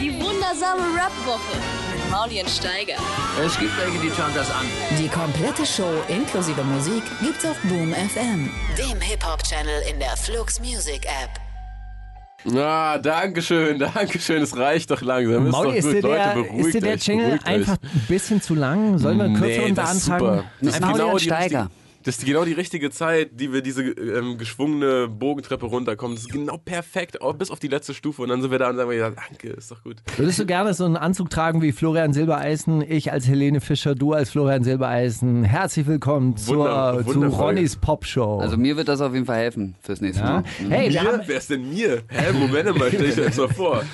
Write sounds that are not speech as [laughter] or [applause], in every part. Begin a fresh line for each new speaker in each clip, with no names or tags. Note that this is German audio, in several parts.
Die wundersame Rap-Woche mit Maulien Steiger.
Es gibt welche, die schauen das an.
Die komplette Show inklusive Musik gibt's auf Boom FM, dem Hip-Hop-Channel in der Flux Music App.
Na, Dankeschön, [laughs] Dankeschön, es reicht doch langsam. Ist
Mauli,
doch
ist
gut,
dir
Leute,
der,
beruhigt
ist dir der
euch,
Jingle
beruhigt
einfach
euch.
ein bisschen zu lang? Sollen wir einen kürzeren
Nee, das ist
beantragen?
super. Das ist,
Einfach-
genau
Mauli
die
Steiger.
richtige, das ist genau die richtige Zeit, die wir diese ähm, geschwungene Bogentreppe runterkommen. Das ist genau perfekt, oh, bis auf die letzte Stufe. Und dann sind wir da und sagen, wir, ja, danke, ist doch gut.
Würdest du gerne so einen Anzug tragen wie Florian Silbereisen, ich als Helene Fischer, du als Florian Silbereisen? Herzlich willkommen zur,
Wunder-
zu
wundervoll.
Ronnys Popshow.
Also mhm. mir wird das auf jeden Fall helfen fürs nächste
ja?
Mal.
Hey, wir haben,
Mir? Wer ist denn mir? Hä, Moment mal, stell ich das mal vor.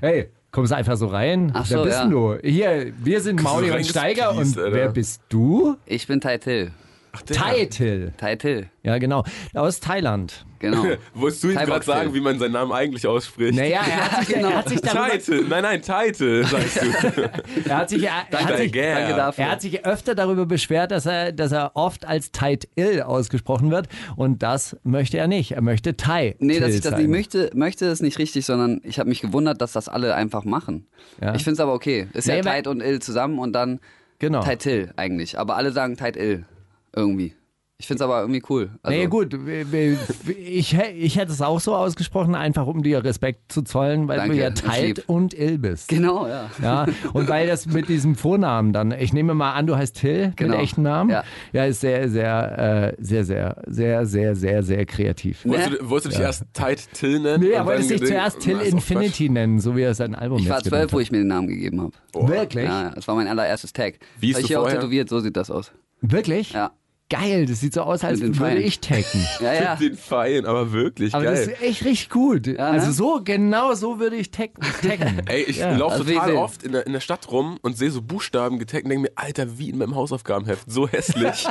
hey, kommst du einfach so rein?
Ach
Wer
so,
bist
ja.
denn du? Hier, wir sind Mauli und Steiger und
reingeskießt, Alter.
wer bist du?
Ich bin Tai Till.
Ach, der.
Title.
Tai Till,
Ja, genau. Aus Thailand.
[laughs] genau.
[laughs]
[laughs]
Wolltest du ihm
Thai
gerade
Boxing.
sagen, wie man seinen Namen eigentlich ausspricht?
Naja, er hat sich, er hat sich
Genau.
darüber...
Title, nein, nein, Title, sagst
[laughs]
du.
Er hat sich, er, er hat
Danke,
sich
gern.
Danke dafür.
Er hat sich öfter darüber beschwert, dass er, dass er oft als Tight Ill ausgesprochen wird. Und das möchte er nicht. Er möchte Thai.
Nee,
Till
dass ich das
sein.
nicht möchte, möchte ist nicht richtig, sondern ich habe mich gewundert, dass das alle einfach machen.
Ja.
Ich finde es aber okay. Ist
Nee,
ja
weil-
Tide und Ill zusammen und dann
Genau.
Tai Till eigentlich. Aber alle sagen Tai Ill irgendwie. Ich finde es aber irgendwie cool. Also,
nee, gut. Ich, hä- ich hätte es auch so ausgesprochen, einfach um dir Respekt zu zollen, weil
Danke,
du ja
ich
Tight
lieb.
und Ill bist.
Genau, ja.
Ja, und weil das mit diesem Vornamen dann, ich nehme mal an, du heißt Till
Genau.
mit echten Namen.
Ja.
ja ist sehr, sehr, äh, sehr, sehr, sehr, sehr, sehr, sehr kreativ.
Wolltest du, wolltest du dich erst Tight Till nennen?
Ne? Nee,
und
er
dann
wollte sich
gedenkt-
zuerst Till
Na, ist doch Quatsch. [laughs]
Infinity nennen, so wie er sein Album
Ich
jetzt
war
genannt
zwölf, wo ich mir den Namen gegeben habe.
hat. Wirklich?
Ja, ja, das war mein allererstes Tag.
Wie ist
Hab ich
du
hier auch
vorher?
tätowiert, so sieht das aus.
Wirklich?
Ja.
Geil, das sieht so aus, als
Mit den
würde
Pfeilen.
ich taggen.
Ja, ja.
[laughs]
Mit den Pfeilen, aber wirklich
Aber das
geil.
ist echt richtig gut. also
ne?
so, genau so würde ich taggen. taggen.
[laughs] Ey, ich
Ja.
laufe
Also
total
wie-
oft in der, in der Stadt rum und sehe so Buchstaben getaggt und denke mir, Alter, wie in meinem Hausaufgabenheft.
[laughs]
So hässlich.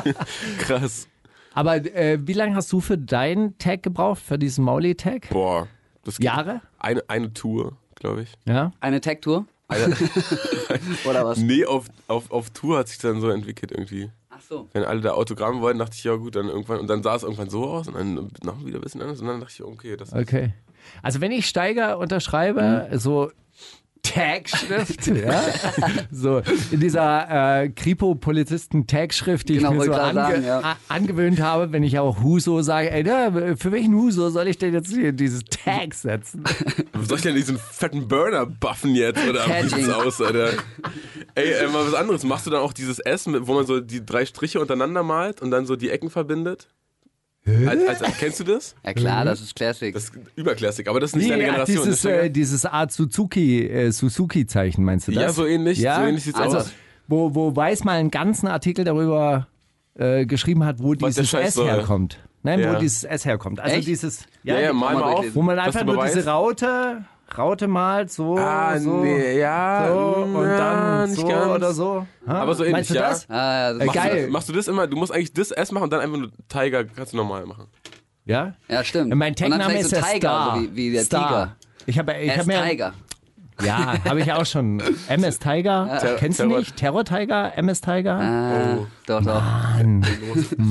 Krass.
Aber äh, wie lange hast du für deinen Tag gebraucht, für diesen Mauli-Tag?
Boah. Das geht-
Jahre?
Eine, eine Tour, glaube ich.
Ja.
Eine Tag-Tour?
[laughs]
Eine,
[laughs] Oder was?
nee, auf, auf, auf Tour hat sich dann so entwickelt irgendwie.
Ach so.
Wenn alle da Autogramm wollten, dachte ich, ja gut, dann irgendwann. Und dann sah es irgendwann so aus und dann noch wieder ein bisschen anders. Und dann dachte ich, okay, das
Okay. Also wenn ich Steiger unterschreibe,
Mhm.
so
[laughs]
Tagschrift, ja? so in dieser äh, Kripo-Polizisten-Tagschrift, die
Genau,
ich mir so
wollte
ange
gerade sagen, ja.
a- angewöhnt habe, wenn ich auch Huso sage, ey, da, für welchen Huso soll ich denn jetzt hier dieses Tag setzen?
Soll ich denn diesen fetten Burner buffen jetzt? Oder wie
Catching.
sieht's aus, Alter? Ey, äh, mal was anderes. Machst du dann auch dieses S, mit- wo man so die drei Striche untereinander malt und dann so die Ecken verbindet? Als, als, kennst du das?
Ja klar,
Mhm.
das ist Classic.
Das ist überklassik, aber das ist nicht deine
Ja,
Generation.
dieses,
ne, Steiger?
äh, dieses Art Suzuki, äh, Suzuki-Zeichen, meinst du das?
ja, so ähnlich.
Ja?
So ähnlich sieht's
Also,
aus.
Wo, wo Weiß mal einen ganzen Artikel darüber äh, geschrieben hat, wo
Was der
dieses
Scheiß
S
soll.
herkommt. Nein, wo
Ja.
dieses S herkommt. Also
Echt?
dieses,
Ja, ja, mal
kann
mal
man
auf.
durchlesen.
Wo man
Dass
einfach
du
nur diese
beweist-
Raute, Raute malt, so,
Ah,
so,
nee, ja.
so
mm,
und
ja,
dann
nicht
so
ganz.
oder so. Ha?
Aber so ähnlich,
Meinst du
ja.
das?
Ah, ja,
Äh,
das ist
Machst Du
geil.
das, machst du das immer? Du musst eigentlich das S machen und dann einfach nur Tiger kannst du normal machen.
Ja.
Ja, stimmt.
Mein
Und dann
Tag-Name
vielleicht
ist
so
der
Tiger,
Star.
also wie, wie der
Star.
Tiger.
Ich habe, ich
Er
habe
ist
mir,
Tiger.
ja, habe ich auch schon. MS Tiger,
Ter-
kennst du
Terror-
nicht? Terror Tiger, MS Tiger,
Ah, doch, doch.
Mhm.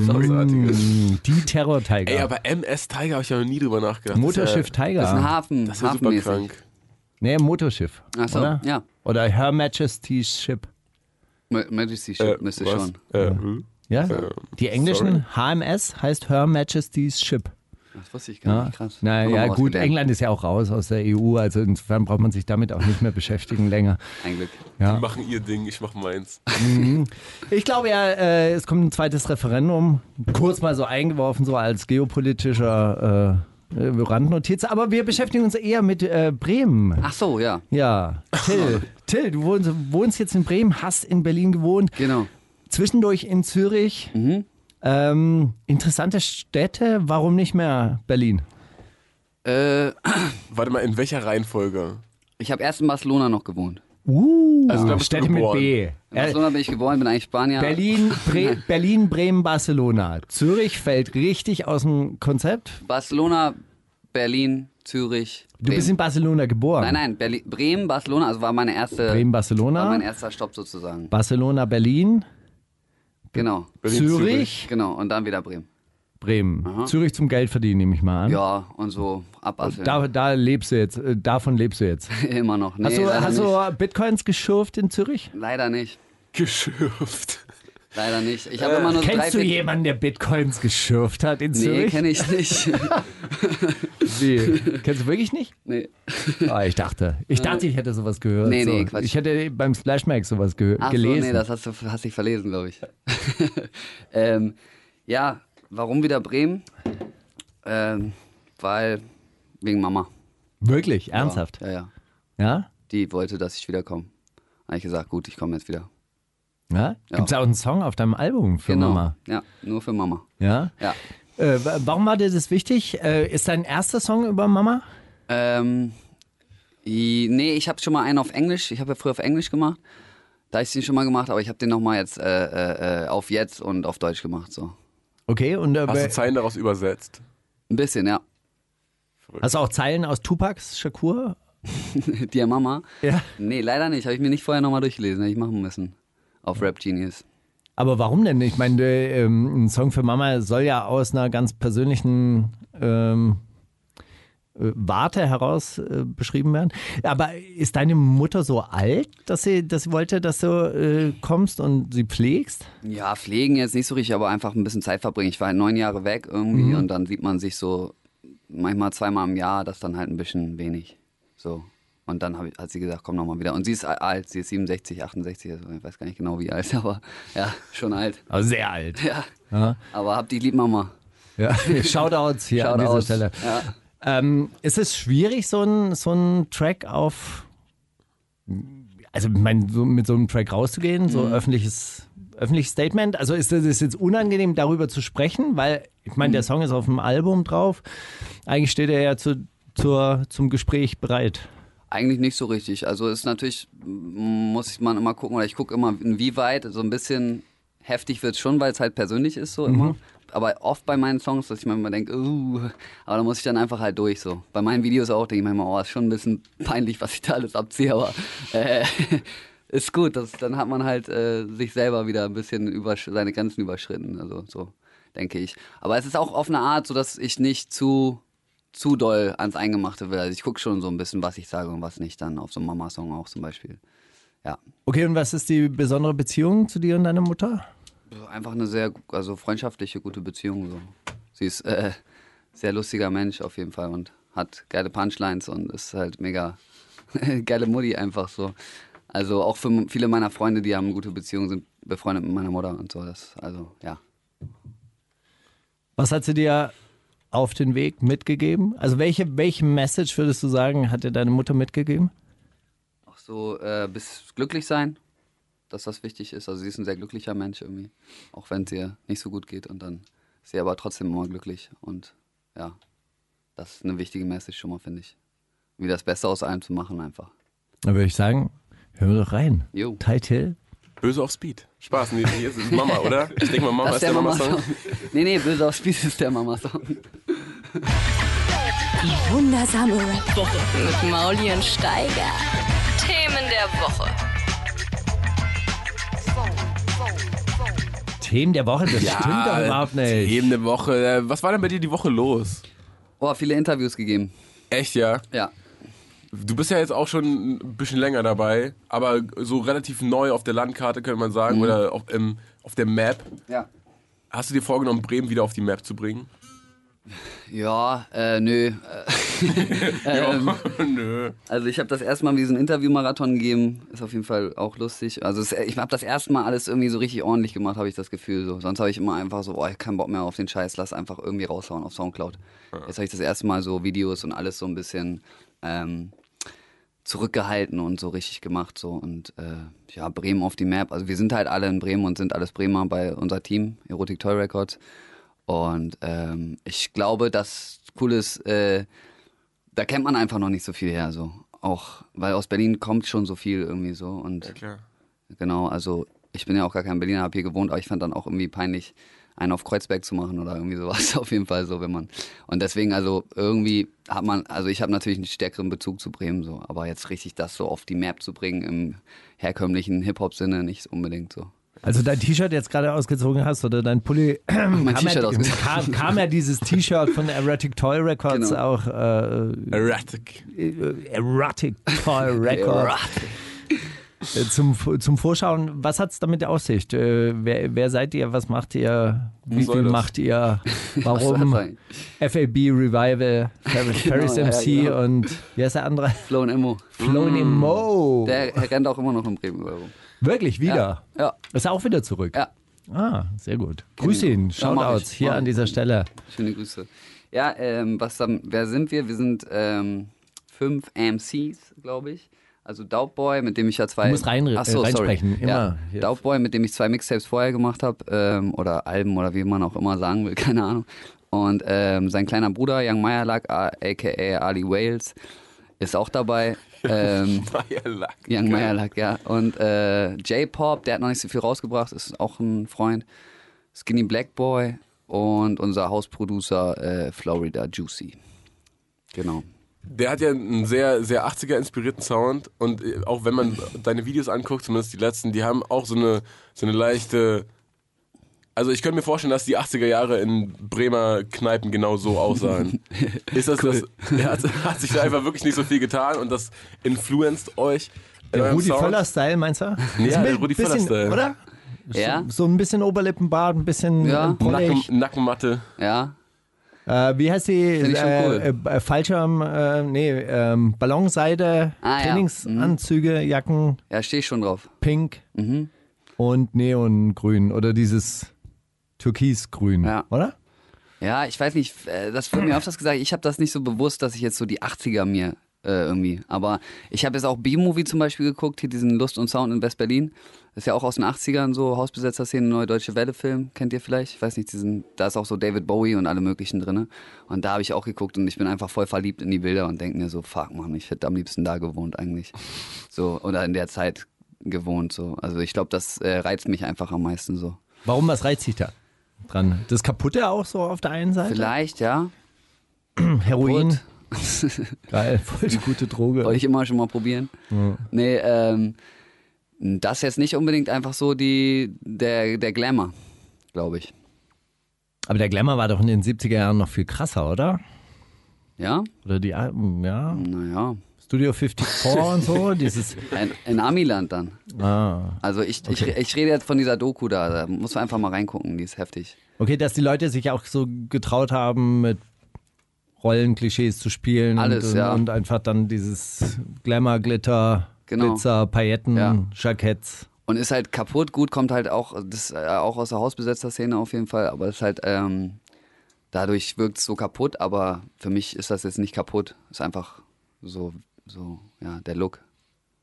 Großartiges.
Hm, die Terror
Ey,
Tiger,
aber MS Tiger habe ich ja noch nie drüber nachgedacht.
Motorschiff
Das
Das ist ein
Tiger,
Hafen,
ist ja, das ist ja super
hafenmäßig.
krank.
nee Motorschiff,
Ach so,
oder?
ja.
Oder Her Majesty's Ship,
Ma- Majesty Ship müsste
was?
schon.
Äh, hm?
ja?
Ähm,
Die englischen HMS heißt Her Majesty's Ship.
Das wusste ich gar nicht, krass.
Na
Nochmal
ja,
was
gut,
gelernt.
England ist ja auch raus aus der EU, also insofern braucht man sich damit auch nicht mehr beschäftigen länger.
Ein Glück.
Die machen ihr Ding, ich mach meins.
Ich glaube ja, äh, es kommt ein zweites Referendum, kurz mal so eingeworfen, so als geopolitischer äh, äh, Randnotiz, aber wir beschäftigen uns eher mit äh, Bremen.
Ach so, ja,
Ja, Till, Till, du wohnst, wohnst jetzt in Bremen, hast in Berlin gewohnt,
genau.
zwischendurch in Zürich.
Mhm.
Ähm, interessante Städte, warum nicht mehr Berlin?
Äh,
Warte mal, in welcher Reihenfolge?
ich habe erst in Barcelona noch gewohnt.
Uh,
Also, da bist du
Städte mit
geboren.
B.
In
Äh,
Barcelona bin ich geboren, bin eigentlich Spanier.
Berlin, Bre Berlin, Bremen, Barcelona. Zürich fällt richtig aus dem Konzept.
Barcelona, Berlin, Zürich.
Du bist in Barcelona geboren.
Nein, nein, Berlin, Bremen, Barcelona, also war meine erste.
Bremen,
war mein
Barcelona,
erster Stopp sozusagen.
Barcelona, Berlin,
Genau,
Berlin,
Zürich,
genau. Und dann wieder Bremen.
Bremen. Zürich zum Geld verdienen, nehme ich mal an.
Ja, und so abasseln.
Da, da lebst du jetzt, äh, davon lebst du jetzt.
Immer noch. [laughs] Nee,
Hast, du,
leider,
hast
nicht.
du Bitcoins geschürft in Zürich?
leider nicht.
Geschürft.
Leider nicht. Ich habe immer nur so Also drei,
Äh, Kennst du
vier-
jemanden, der Bitcoins geschürft hat in
Nee,
Zürich?
kenne ich nicht. [laughs]
Nee. [laughs] Kennst du wirklich nicht?
nee.
Ah, ich dachte. Ich dachte, ich hätte sowas gehört.
Nee,
so.
nee, Quatsch.
Ich hätte beim Splashmark sowas gehört,
Ach
gelesen.
so, nee, das hast du hast dich verlesen, glaube ich. [laughs] ähm, ja, warum wieder Bremen? Ähm, weil wegen Mama.
Wirklich, ernsthaft.
Ja, ja.
Ja?
Die wollte, dass ich wiederkomme. Habe ich gesagt, gut, ich komme jetzt wieder.
ja?
Ja. Genau.
Gibt es auch einen Song auf deinem Album für Mama?
Ja, nur für Mama.
Ja?
Ja.
Äh, wa- warum war dir das wichtig? Äh, ist dein erster Song über Mama?
Ähm, i- nee, ich habe schon mal einen auf Englisch. Ich habe ja früher auf Englisch gemacht. Da habe ich den schon mal gemacht, aber ich habe den nochmal jetzt äh, äh, äh, auf jetzt und auf Deutsch gemacht. So.
Okay, und äh,
Hast du
hast,
Zeilen daraus übersetzt?
Ein bisschen, ja. [laughs]
du auch Zeilen aus Tupacs Shakur?
Dear Mama.
Ja.
Nee, leider nicht. Habe ich mir nicht vorher nochmal durchgelesen. Hätte ich machen müssen. Auf Rap Genius.
Aber warum denn? Ich meine, der, ähm, ein Song für Mama soll ja aus einer ganz persönlichen ähm, äh, Warte heraus äh, beschrieben werden. Aber ist deine Mutter so alt, dass sie das wollte, dass du äh, kommst und sie pflegst?
Ja, pflegen jetzt nicht so richtig, aber einfach ein bisschen Zeit verbringen. Ich war halt neun Jahre weg irgendwie
Mhm.
und dann sieht man sich so manchmal zweimal im Jahr, das dann halt ein bisschen wenig. So. Und dann hab ich, hat sie gesagt, komm nochmal wieder. Und sie ist alt, sie ist 67, 68, also ich weiß gar nicht genau wie alt, [laughs] aber ja, schon alt.
Also sehr alt. [laughs]
Ja. Aber hab die lieb Mama.
Ja. Shoutouts hier an dieser
Shoutouts.
Stelle.
Ja.
Ähm, ist es schwierig, so einen so einen Track auf, also ich meine, so mit so einem Track rauszugehen, so öffentliches, öffentliches Statement? Also ist das ist jetzt unangenehm, darüber zu sprechen, weil ich meine, der Song ist auf dem Album drauf. Eigentlich steht er ja zu, zur, zum Gespräch bereit.
Eigentlich nicht so richtig. Also ist natürlich, m- muss man immer gucken, oder ich gucke immer, inwieweit so ein bisschen heftig wird schon, weil es halt persönlich ist, so immer. Aber oft bei meinen Songs, dass ich manchmal denke, uh, aber da muss ich dann einfach halt durch so. Bei meinen Videos auch denke ich manchmal, oh, ist schon ein bisschen peinlich, was ich da alles abziehe, aber [laughs] äh, ist gut. Das, dann hat man halt äh, sich selber wieder ein bisschen über seine Grenzen überschritten. Also so, denke ich. Aber es ist auch auf eine Art, so dass ich nicht zu zu doll ans Eingemachte will. Also ich gucke schon so ein bisschen, was ich sage und was nicht dann auf so einem Mama-Song auch zum Beispiel. Ja,
Okay, und was ist die besondere Beziehung zu dir und deiner Mutter?
einfach eine sehr also freundschaftliche, gute Beziehung. So. Sie ist äh, sehr lustiger Mensch auf jeden Fall und hat geile Punchlines und ist halt mega [laughs] geile Mutti einfach so. Also auch für m- viele meiner Freunde, die haben gute Beziehungen, sind befreundet mit meiner Mutter und so. Das, also ja.
Was hat sie dir auf den Weg mitgegeben? Also welche, welche Message würdest du sagen, hat dir deine Mutter mitgegeben?
Auch so äh, bis glücklich sein, dass das wichtig ist. Also sie ist ein sehr glücklicher Mensch irgendwie, auch wenn es ihr nicht so gut geht und dann ist sie aber trotzdem immer glücklich und ja, das ist eine wichtige Message schon mal, finde ich. Wie das Beste aus allem zu machen einfach.
Dann würde ich sagen, hören wir doch rein.
Jo.
Title.
Böse auf Speed. Spaß, nee, hier ist es Mama, [laughs] oder? Ich denke mal, Mama
das
ist der Mama-Song.
[laughs] nee, nee, böse auf Spieß ist der Mama-Song.
Die wundersame Rap-Woche mit Mauli und Steiger. Themen der Woche.
Themen der Woche, das stimmt doch überhaupt nicht.
Eben eine Woche. Äh, Was war denn bei dir die Woche los?
Oh, viele Interviews gegeben.
Echt, ja?
Ja.
Du bist ja jetzt auch schon ein bisschen länger dabei, aber so relativ neu auf der Landkarte, könnte man sagen, oder auf, ähm, auf der Map.
Ja.
Hast du dir vorgenommen, Bremen wieder auf die Map zu bringen?
Ja, äh, ähm, nö.
[laughs]
[laughs]
Ja, [laughs] nö.
Also ich habe das erste Mal diesen Interview-Marathon gegeben. Ist auf jeden Fall auch lustig. Also es, ich habe das erste Mal alles irgendwie so richtig ordentlich gemacht, habe ich das Gefühl. So. Sonst habe ich immer einfach so, boah, ich hab keinen Bock mehr auf den Scheiß, lass einfach irgendwie raushauen auf Soundcloud. Jetzt habe ich das erste Mal so Videos und alles so ein bisschen ähm, zurückgehalten und so richtig gemacht. So. Und äh, ja, Bremen auf die Map. Also wir sind halt alle in Bremen und sind alles Bremer bei unser Team, Erotic Toy Records. Und ähm, ich glaube, das Coole ist, äh, da kennt man einfach noch nicht so viel her, so. Auch, weil aus Berlin kommt schon so viel irgendwie so. Und
Klar.
genau, also ich bin ja auch gar kein Berliner, habe hier gewohnt, aber ich fand dann auch irgendwie peinlich, einen auf Kreuzberg zu machen oder irgendwie sowas. [laughs] Auf jeden Fall so, wenn man. Und deswegen, also irgendwie hat man, also ich habe natürlich einen stärkeren Bezug zu Bremen so, aber jetzt richtig das so auf die Map zu bringen im herkömmlichen Hip-Hop-Sinne nicht unbedingt so.
Also dein T-Shirt jetzt gerade ausgezogen hast oder dein Pulli, [clears throat]
Mein
kam,
T-Shirt
ja,
ausgezogen.
kam, kam ja dieses T-Shirt von Erotic Toy Records
Genau.
auch. Äh,
Erratic.
äh, Erotic
[laughs]
Toy Records. Äh, Zum, zum Vorschauen, was hat es damit auf sich? Äh, wer, wer seid ihr? Was macht ihr? Wie
soll
viel
das?
macht ihr?
[laughs] Was
Warum?
soll
FAB Revival, Paris, Paris
ja,
MC
[laughs] genau.
und wie heißt der andere?
Flo und Immo. Mm.
Floney Mo.
Der rennt auch immer noch in Bremen überall rum.
Wirklich wieder.
Ja,
Ist er auch wieder zurück?
ja.
Ah, sehr gut. Grüß
ihn.
ihn.
Ja, mach
Shoutouts
ich.
hier
Mach
an
ich.
dieser Stelle.
[laughs] Schöne Grüße. Ja, ähm, was dann, wer sind wir? Wir sind ähm, fünf MCs, glaube ich. Also Daubboy, mit dem ich ja zwei.
Du musst rein-
Ach so,
äh,
sorry.
reinsprechen, immer.
Ja, Daubboy, mit dem ich zwei Mixtapes vorher gemacht habe. Ähm, oder Alben oder wie man auch immer sagen will, [laughs] keine Ahnung. Und ähm, sein kleiner Bruder, Young Meyerlack, a- a.k.a. Ali Wales, ist auch
[laughs]
dabei. Ähm,
Feierlack.
Young Meyerlack, ja. Und äh, J-Pop, der hat noch nicht so viel rausgebracht, ist auch ein Freund. Skinny Black Boy und unser Hausproducer äh, Florida Juicy. Genau.
Der hat ja einen sehr, sehr 80er inspirierten Sound und äh, auch wenn man deine Videos anguckt, zumindest die letzten, die haben auch so eine, so eine leichte. Also ich könnte mir vorstellen, dass die 80er Jahre in Bremer Kneipen genau so aussahen. Ist das das? Ja, hat, hat sich da einfach wirklich nicht so viel getan und das influenced euch. in
Der
eurem
Rudi
Sound?
Völler-Style, meinst du?
Ja,
Ein
der Rudi
bisschen-
Völler-Style.
Oder?
Ja,
So ein bisschen Oberlippenbart, ein bisschen
Ja.
äh,
Nacken,
Polnisch.
Nackenmatte.
ja.
Äh, wie heißt die?
Find ich schon
Äh,
cool.
äh, äh, Fallschirm, äh, nee, ähm, Ballonseide,
Ah, ja. Mhm.
Trainingsanzüge, Jacken,
Ja, stehe ich schon drauf.
Pink
Mhm.
und Neongrün oder dieses Türkisgrün,
Ja.
oder?
Ja, ich weiß nicht, äh, das wird mir öfters gesagt, ich habe das nicht so bewusst, dass ich jetzt so die 80er mir äh, irgendwie. Aber ich habe jetzt auch B-Movie zum Beispiel geguckt, hier diesen Lust und Sound in West-Berlin. Ist ja auch aus den 80ern so, Hausbesetzer-Szene, Neue Deutsche Welle-Film, kennt ihr vielleicht? Ich weiß nicht, diesen, da ist auch so David Bowie und alle möglichen drin. ne? Und da habe ich auch geguckt und ich bin einfach voll verliebt in die Bilder und denke mir so, fuck man, ich hätte am liebsten da gewohnt eigentlich. So, oder in der Zeit gewohnt so. Also ich glaube, das äh, reizt mich einfach am meisten so.
Warum, was reizt dich da dran? Das Kaputte auch so auf der einen Seite? Hm,
Vielleicht, ja.
Heroin,
Gut. [laughs]
geil, voll die gute Droge.
Wollte ich immer schon mal probieren. Nee, ähm, das ist jetzt nicht unbedingt einfach so die, der, der Glamour, glaube ich.
Aber der Glamour war doch in den 70er Jahren noch viel krasser, oder?
Ja?
Oder die, alten, ja,
Naja.
Studio 54
[laughs]
und so, dieses,
In, in Amiland dann.
ah.
Also ich, ich, ich rede jetzt von dieser Doku da. Da musst du einfach mal reingucken, die ist heftig.
Okay, dass die Leute sich auch so getraut haben, mit Rollenklischees zu spielen.
Alles,
und,
ja.
und einfach dann dieses Glamour, Glitter,
Genau.
Glitzer, Pailletten,
Ja.
Jacketts.
Und ist halt kaputt, gut, kommt halt auch, das äh, auch aus der Hausbesetzer-Szene auf jeden Fall, aber ist halt, ähm, dadurch wirkt es so kaputt, aber für mich ist das jetzt nicht kaputt. Ist einfach so, so, ja, der Look.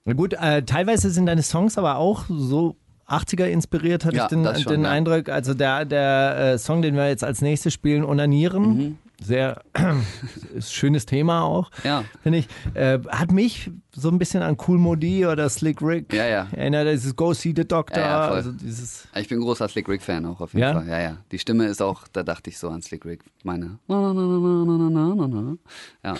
Na gut, äh, teilweise sind deine Songs aber auch so 80er inspiriert, hatte
Ja,
ich den,
das schon,
den
ja.
Eindruck. Also der, der äh, Song, den wir jetzt als nächstes spielen, Onanieren,
Mhm.
sehr [clears throat] ist schönes Thema auch,
Ja.
finde ich. Äh, hat mich so ein bisschen an Cool Modi oder Slick Rick
Ja, ja.
erinnert, dieses Go See the Doctor,
Ja, ja, voll.
also dieses...
Ich bin großer Slick Rick-Fan auch auf jeden
Ja?
Fall. Ja, ja. Die Stimme ist auch, da dachte ich so an Slick Rick. Meine. na, na, na, na, na, na, na, na, na. Ja.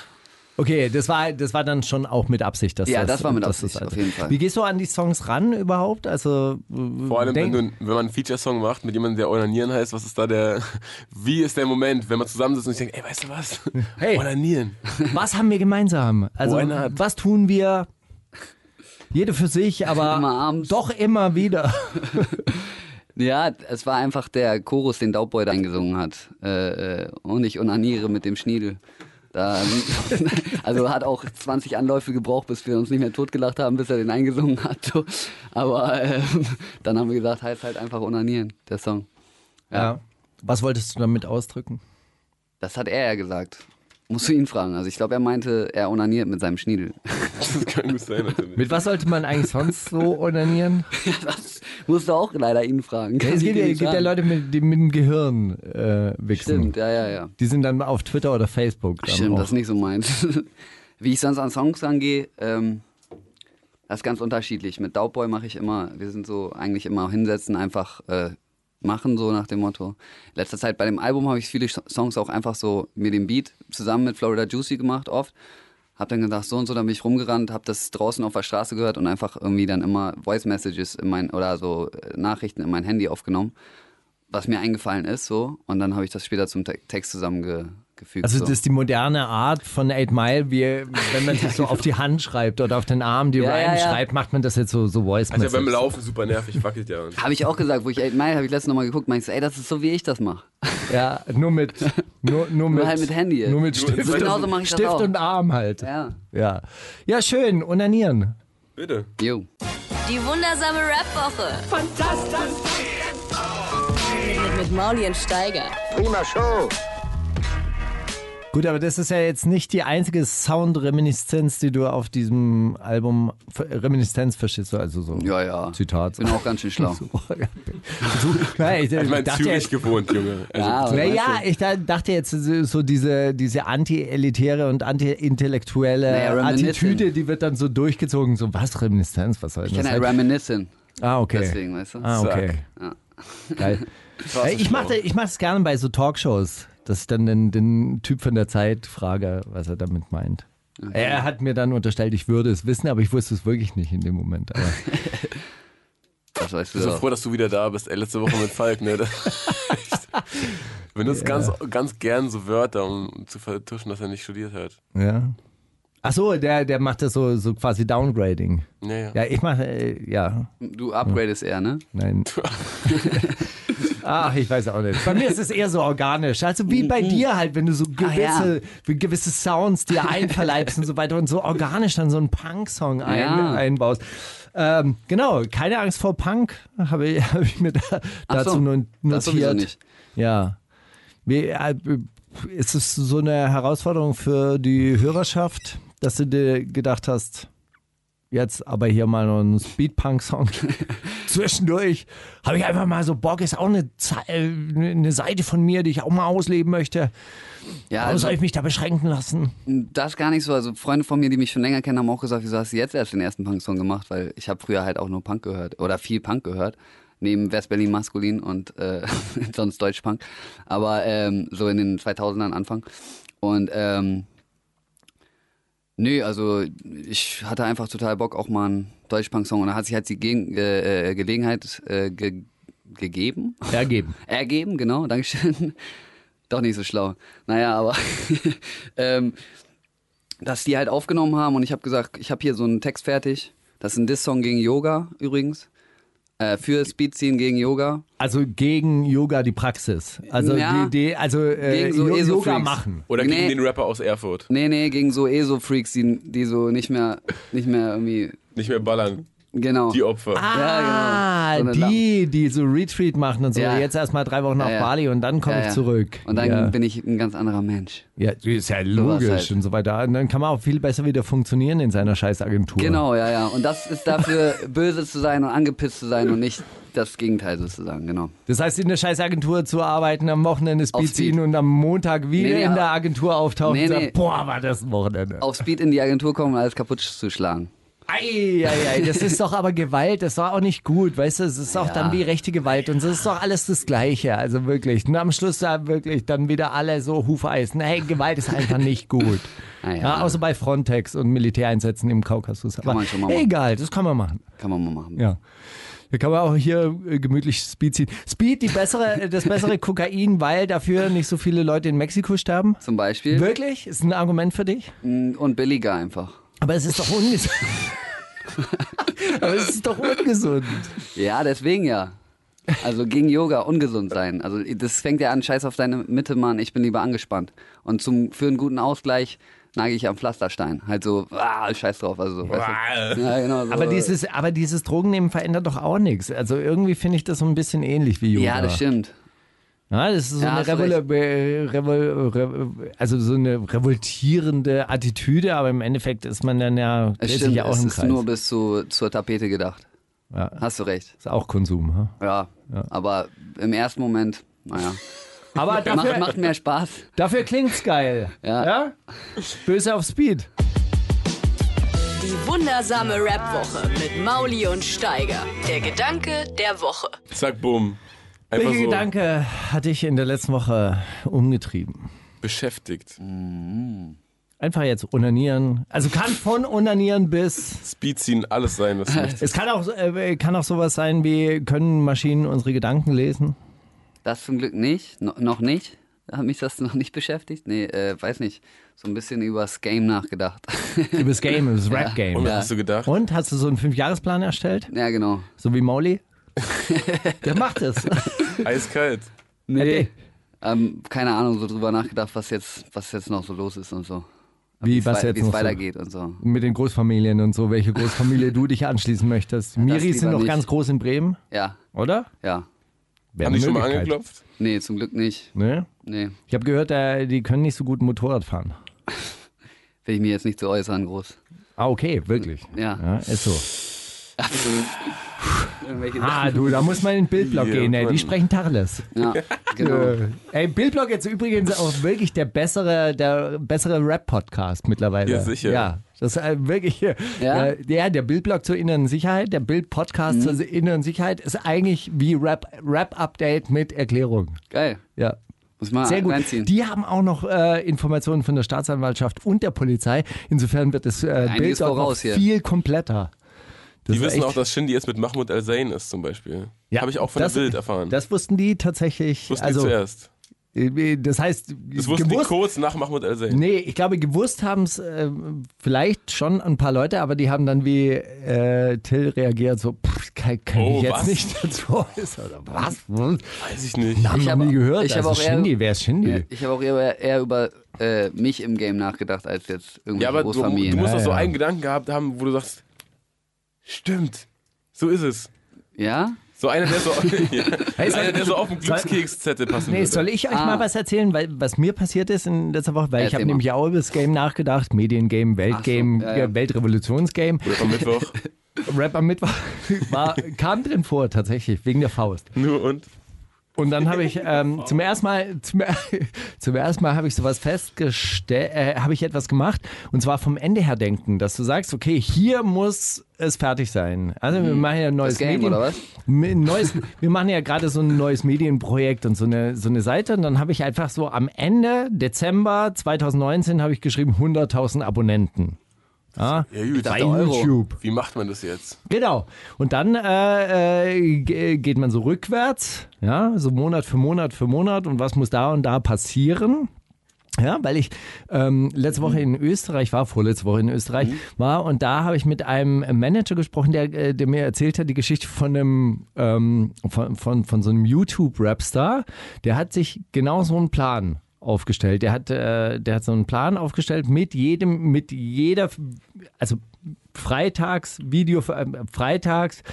Okay, das war, das war dann schon auch mit Absicht. Dass
Ja,
das,
das war mit
dass das
Absicht, auf
also-
jeden Fall.
Wie gehst du an die Songs ran überhaupt? Also,
Vor allem, wenn, du, wenn man einen Feature-Song macht mit jemandem, der Onanieren heißt, was ist da der. [laughs] Wie ist der Moment, wenn man zusammensitzt und ich denke, ey, weißt du was?
Hey.
Onanieren.
was haben wir gemeinsam? Also,
Why not?
was tun wir? Jede für sich, aber
[laughs] Immer abends.
doch immer wieder.
ja, es war einfach der Chorus, den Daubboy da eingesungen hat. Äh, äh, und ich unaniere mit dem Schniedel. Da, [laughs] also hat auch 20 Anläufe gebraucht, bis wir uns nicht mehr totgelacht haben, bis er den eingesungen hat. So. Aber ähm, dann haben wir gesagt, heißt halt einfach unanieren, der Song.
Ja. Was wolltest du damit ausdrücken?
Das hat er ja gesagt. Musst du ihn fragen. Also ich glaube, er meinte, er onaniert mit seinem Schniedel.
Das kann gut sein, natürlich.
Mit was sollte man eigentlich sonst
[laughs]
so ordinieren?
Das musst du auch leider ihn fragen.
es gibt ja,
Kannst
gibt
du
ja
ihn
Leute, mit, die mit dem Gehirn äh, wichsen.
Stimmt, ja, ja, ja.
Die sind dann auf Twitter oder Facebook. Dann
Stimmt,
auch.
das ist nicht so meins. [laughs] Wie ich sonst an Songs rangehe, ähm, das ist ganz unterschiedlich. Mit Daubboy mache ich immer, wir sind so eigentlich immer hinsetzen, einfach äh, machen, so nach dem Motto. Letzter Zeit bei dem Album habe ich viele Sch- Songs auch einfach so mir den Beat zusammen mit Florida Juicy gemacht, oft. Hab dann gedacht, so und so, dann bin ich rumgerannt, hab das draußen auf der Straße gehört und einfach irgendwie dann immer Voice Messages in mein, oder so äh, Nachrichten in mein Handy aufgenommen, was mir eingefallen ist, so. Und dann habe ich das später zum Te Text zusammengefügt.
Also
so.
das ist die moderne Art von Eight Mile, wie wenn man
[laughs]
sich so auf die Hand schreibt oder auf den Arm die
Ja,
Ryan
ja, ja.
schreibt, macht man das jetzt so, so Voice
Also beim
Message.
Laufen super nervig, wackelt ja. Und
Habe ich auch gesagt, wo ich 8 Mile, habe ich letztens nochmal geguckt, meinte ich, so, ey, das ist so, wie ich das mache.
Ja, nur mit nur, nur mit,
halt mit Handy jetzt.
Nur mit
Nur-
Stift,
so
genauso mach
und,
ich das
Stift
auch.
und Arm halt.
[laughs] Ja.
Ja, ja schön, unanieren.
bitte.
Jo.
Die wundersame Rap-Woche. Fantastisch. Mit, mit, mit Mauli und Steiger.
Gut, aber das ist ja jetzt nicht die einzige Sound-Reminiszenz, die du auf diesem Album Reminiszenz verstehst, du also so.
Ja, ja.
Zitat.
Bin auch ganz schön schlau.
[laughs] So, so, nein, ich,
Ich meine,
dachte
Zürich
jetzt,
gewohnt, Junge. Also,
Ja, aber
naja,
weißt
ich da- dachte jetzt so so diese, diese anti-elitäre und anti-intellektuelle
Naja, reminiscent.
Attitüde, die wird dann so durchgezogen, so was Reminiszenz, was soll
du,
denn
Ich
das?
kann halt reminiscen.
ah, okay.
Deswegen, weißt du?
Ah, okay. Geil. Äh, Ich mache ich mach das gerne bei so Talkshows, dass ich dann den, den Typ von der Zeit frage, was er damit meint. Er hat mir dann unterstellt, ich würde es wissen, aber ich wusste es wirklich nicht in dem Moment. Aber
Das weißt du
Ich bin so
doch.
froh, dass du wieder da bist. Ey, letzte Woche mit Falk, ne? Ich benutze ganz, ganz gern so Wörter, um zu vertuschen, dass er nicht studiert hat.
ja. Ach so, der, der macht das so, so quasi Downgrading.
Ja, ja.
Ja, ich mache, äh, ja,
Du upgradest eher, ne? [laughs]
nein. Ach, ich weiß auch nicht. Bei mir ist es eher so organisch. Also wie bei dir halt, wenn du so
Mhm. Ah, ja.
gewisse, wie gewisse Sounds dir
[laughs]
einverleibst und so weiter und so organisch dann so einen Punk-Song ein,
Ja.
einbaust. Ähm, genau, keine Angst vor Punk habe ich, [laughs] habe ich mir da,
Ach
dazu
so,
nun-
Das sowieso
notiert.
nicht.
Ja. Wie, äh, ist es so eine Herausforderung für die Hörerschaft, dass du dir gedacht hast, jetzt aber hier mal noch einen Speedpunk-Song [laughs] zwischendurch? Habe ich einfach mal so Bock, ist auch eine, Ze- äh, eine Seite von mir, die ich auch mal ausleben möchte.
Ja,
Warum
also,
soll ich mich da beschränken lassen?
das gar nicht so. Also Freunde von mir, die mich schon länger kennen, haben auch gesagt, wieso hast du jetzt erst den ersten Punk-Song gemacht? Weil ich habe früher halt auch nur Punk gehört oder viel Punk gehört. Neben West-Berlin Maskulin und äh, [laughs] sonst Deutsch-Punk. Aber ähm, so in den 2000ern Anfang. Und ähm, nee, also ich hatte einfach total Bock auch mal einen Deutsch-Punk-Song. Und da hat sich halt die Gegen äh, äh, Gelegenheit äh, ge gegeben.
Ergeben.
Ergeben, genau, Dankeschön. [laughs] Doch nicht so schlau. Naja, aber [laughs] ähm, dass die halt aufgenommen haben und ich habe gesagt, ich habe hier so einen Text fertig. Das ist ein Diss-Song gegen Yoga übrigens. Äh, für Speedziehen gegen Yoga.
Also gegen Yoga die Praxis. Also,
Ja.
die, die, also äh,
Gegen so
Yo- Yoga
Esofreaks.
machen.
Oder gegen
Nee.
den Rapper aus Erfurt.
Nee, nee, gegen so ESO-Freaks, die, die so nicht mehr, nicht mehr irgendwie.
Nicht mehr ballern.
Genau.
Die Opfer.
Ja,
Ah,
genau. So eine
die, die so Retreat machen und so.
Ja.
Jetzt erstmal drei Wochen nach
Ja, ja.
Bali und dann komme
Ja,
ich
ja.
zurück.
Und dann
ja.
bin ich ein ganz anderer Mensch.
ja, ist ja
Sowas
logisch
halt.
und so weiter. Und dann kann man auch viel besser wieder funktionieren in seiner Scheißagentur.
Genau, ja, ja. Und das ist
[laughs]
dafür, böse zu sein und angepisst zu sein und nicht das Gegenteil sozusagen, genau.
Das heißt, in der Scheißagentur zu arbeiten, am Wochenende
Auf
Speed ziehen
Speed.
und am Montag wieder
Nee, nee,
in der
aber-
Agentur auftauchen
Nee,
und sagen,
nee.
boah, war das ein Wochenende.
Auf Speed in die Agentur kommen und alles kaputt zu schlagen.
Ei, ei, ei, das ist doch aber Gewalt, das war auch nicht gut, weißt du, es ist auch
Ja.
dann wie rechte Gewalt und es ist doch alles das Gleiche, also wirklich. Und am Schluss da wirklich dann wieder alle so Hufeisen, hey, Gewalt ist einfach nicht gut.
[laughs] Ah, ja.
Ja, außer bei Frontex und Militäreinsätzen im Kaukasus. Aber
man schon mal machen.
egal, das kann man machen.
Kann man mal machen.
Ja. Da kann man auch hier äh, gemütlich Speed ziehen. Speed, die bessere, das bessere Kokain, weil dafür nicht so viele Leute in Mexiko sterben.
Zum Beispiel.
Wirklich? Ist ein Argument für dich?
Mm, Und billiger einfach.
Aber es ist doch
[laughs]
ungesund. Aber es ist doch ungesund.
Ja, deswegen ja. Also gegen Yoga ungesund sein. Also das fängt ja an, scheiß auf deine Mitte, Mann, ich bin lieber angespannt. Und zum, für einen guten Ausgleich nage ich am Pflasterstein. Halt so, ah, scheiß drauf. Also, so, weißt du? ja, genau, so.
Aber dieses, aber dieses Drogennehmen verändert doch auch nichts. Also irgendwie finde ich das so ein bisschen ähnlich wie Yoga.
Ja, das stimmt.
Ja, das ist so
Ja,
eine
hast
Revol äh, Revol Re also so eine revoltierende Attitüde, aber im Endeffekt ist man dann ja,
Es
dreht sich
stimmt,
ja auch
es
im
ist
Kreis.
nur bis zu, zur Tapete gedacht.
Ja.
Hast du recht.
ist auch Konsum, ha?
Ja. Aber im ersten Moment, naja.
Aber
Macht,
dafür,
macht mehr Spaß.
dafür klingt's geil.
Ja.
Böse auf Speed.
Die wundersame Rap-Woche mit Mauli und Steiger. Der Gedanke der Woche.
Zack, bumm. Einfach
Welcher
so
Gedanke hat dich in der letzten Woche umgetrieben?
beschäftigt.
Einfach jetzt unanieren. Also kann von unanieren bis.
Speedziehen, alles sein, was
[laughs]
du möchtest.
Es kann auch, äh, kann auch sowas sein wie, können Maschinen unsere Gedanken lesen?
Das zum Glück nicht, no, noch nicht. Hat mich das [laughs] noch nicht beschäftigt? Nee, äh, weiß nicht. So ein bisschen übers Game nachgedacht. [laughs]
Übers Game, übers
Und
Rap-Game.
was hast du gedacht?
Und hast du so einen Fünfjahresplan erstellt?
ja, genau.
So wie
[laughs]
Mauli? Der macht es.
Eiskalt.
Nee.
Ähm, keine Ahnung, so drüber nachgedacht, was jetzt, was jetzt noch so los ist und so.
Wie
es
was
wei-
jetzt
wie es
noch so
weitergeht und so.
mit den Großfamilien und so, welche Großfamilie du dich anschließen möchtest. Miris sind
lieber
noch
nicht.
ganz groß in Bremen,
Ja,
oder?
ja.
Wäre
Haben
eine
die schon mal
Möglichkeit.
angeklopft?
Nee, zum Glück nicht.
Ne?
Nee,
Ich habe gehört, äh, die können nicht so gut Motorrad fahren.
will ich mir jetzt nicht zu äußern, groß.
Ah, okay, wirklich.
Ja.
ist so.
[laughs] Irgendwelche
Ah, du, da muss man in den Bildblock
Ja,
gehen, ey.
Mann.
Die sprechen Tacheles.
Ja, genau.
Äh, Ey, Bildblock jetzt übrigens auch wirklich der bessere, der bessere Rap-Podcast mittlerweile.
Ja, sicher.
Ja, das ist äh, wirklich. Ja,
Ja? Mhm.
ja der Bildblock zur inneren Sicherheit, der Bild-Podcast zur inneren Sicherheit ist eigentlich wie Rap- Rap-Update mit Erklärung.
Geil.
Ja.
Muss mal
Sehr gut.
Ah, reinziehen.
Die haben auch noch äh, Informationen von der Staatsanwaltschaft und der Polizei. Insofern wird das äh,
Einiges
Bild auch noch
voraus hier.
viel kompletter. Das
Die
ist
wissen
echt-
auch, dass Shindy jetzt mit Mahmoud Al-Zain ist zum Beispiel.
Ja,
Habe ich auch von
das-
der Bild erfahren.
Das wussten die tatsächlich.
wussten
also,
die zuerst.
äh, das heißt,
Das wussten die
gewusst,
kurz nach Mahmoud Al-Zain.
Nee, ich glaube, gewusst haben es äh, vielleicht schon ein paar Leute, aber die haben dann wie äh, Till reagiert, so, pff, kann, kann
Oh,
ich jetzt
was?
nicht dazu äußern. Oder Was? Hm,
Weiß ich nicht.
Haben wir
hab-
noch nie gehört.
ich hab
also
auch eher-
Shindy, wer ist Shindy?
Ich habe auch eher, eher über äh, mich im Game nachgedacht, als jetzt irgendwie
Ja, aber du, du
Großfamilien.
musst doch so
Ja, ja.
einen Gedanken gehabt haben, wo du sagst, stimmt, so ist es.
ja?
So einer, der [laughs] so, ja,
Hey, soll-
einer, der so auf den
soll-
Glückskeks-Zettel passen
Nee,
würde.
soll ich euch
Ah.
mal was erzählen, weil, was mir passiert ist in letzter Woche? Weil ich
Erzähl
habe
mal.
nämlich auch über das Game nachgedacht. Mediengame, Weltgame,
ja, ja.
äh, Weltrevolutionsgame.
Am Mittwoch.
[laughs] Rap am Mittwoch [laughs] war, kam drin vor, tatsächlich, wegen der Faust.
Nur und.
Und dann habe ich ähm, zum ersten Mal, zum, [laughs] zum ersten Mal habe ich sowas festgestellt, äh, habe ich etwas gemacht und zwar vom Ende her denken, dass du sagst, okay, hier muss es fertig sein. Also wir machen ja ein neues
Mhm. Das Game,
Medien,
oder was?
Mi- Neues, wir machen ja gerade so ein neues Medienprojekt und so eine, so eine Seite und dann habe ich einfach so am Ende Dezember 2019 habe ich geschrieben 100.000 Abonnenten. Ah,
Ja, gut.
bei
Euro.
YouTube.
Wie macht man das jetzt?
Genau. Und dann äh, äh, ge- geht man so rückwärts, ja, so Monat für Monat für Monat und was muss da und da passieren? Ja, weil ich ähm, letzte Woche in Österreich war, vorletzte Woche in Österreich war und da habe ich mit einem Manager gesprochen, der, äh, der mir erzählt hat, die Geschichte von einem ähm, von, von, von so einem YouTube-Rapstar, der hat sich genau so einen Plan aufgestellt. Der hat, äh, der hat so einen Plan aufgestellt mit jedem, mit jeder, also freitags, Video, äh, freitags,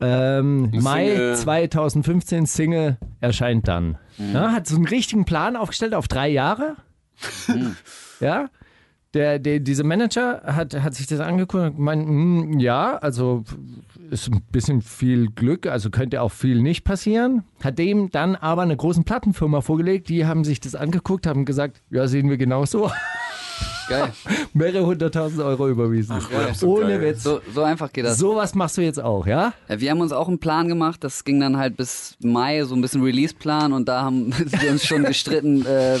ähm, Mai
Single.
2015 Single erscheint dann. Ja, hat so einen richtigen Plan aufgestellt auf drei Jahre. [laughs] ja. Der, der, dieser Manager hat, hat sich das angeguckt und gemeint, "Hm, ja, also ist ein bisschen viel Glück, also könnte auch viel nicht passieren. Hat dem dann aber eine großen Plattenfirma vorgelegt, die haben sich das angeguckt, haben gesagt, ja, sehen wir genauso.
Geil.
Mehrere hunderttausend Euro überwiesen. Ohne
geil.
Witz.
So, so einfach geht das.
Sowas machst du jetzt auch, ja?
Ja, wir haben uns auch einen Plan gemacht, das ging dann halt bis Mai, so ein bisschen Release-Plan und da haben [laughs] wir uns schon gestritten, äh,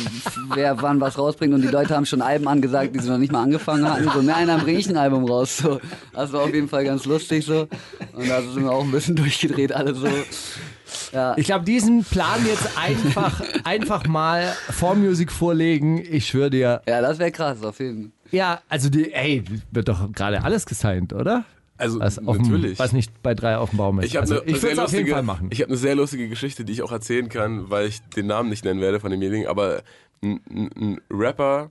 wer wann was rausbringt und die Leute haben schon Alben angesagt, die sie noch nicht mal angefangen hatten. So, nein, dann bringe ich ein Album raus. So, das war auf jeden Fall ganz lustig so und da sind wir auch ein bisschen durchgedreht alle so. Ja,
Ich glaube, diesen Plan jetzt
[laughs]
einfach, einfach mal vor Music vorlegen, ich schwöre dir.
ja das wäre krass auf jeden Fall.
Ja, also die, ey, wird doch gerade alles gesigned, oder?
Also,
Was, auf dem-
natürlich.
was nicht bei drei auf dem Baum ist.
Ich habe
also,
eine,
ich
sehr
würde es auf jeden
lustige-
Fall machen.
Ich habe eine sehr lustige Geschichte, die ich auch erzählen kann, weil ich den Namen nicht nennen werde von demjenigen, aber ein, ein, ein Rapper,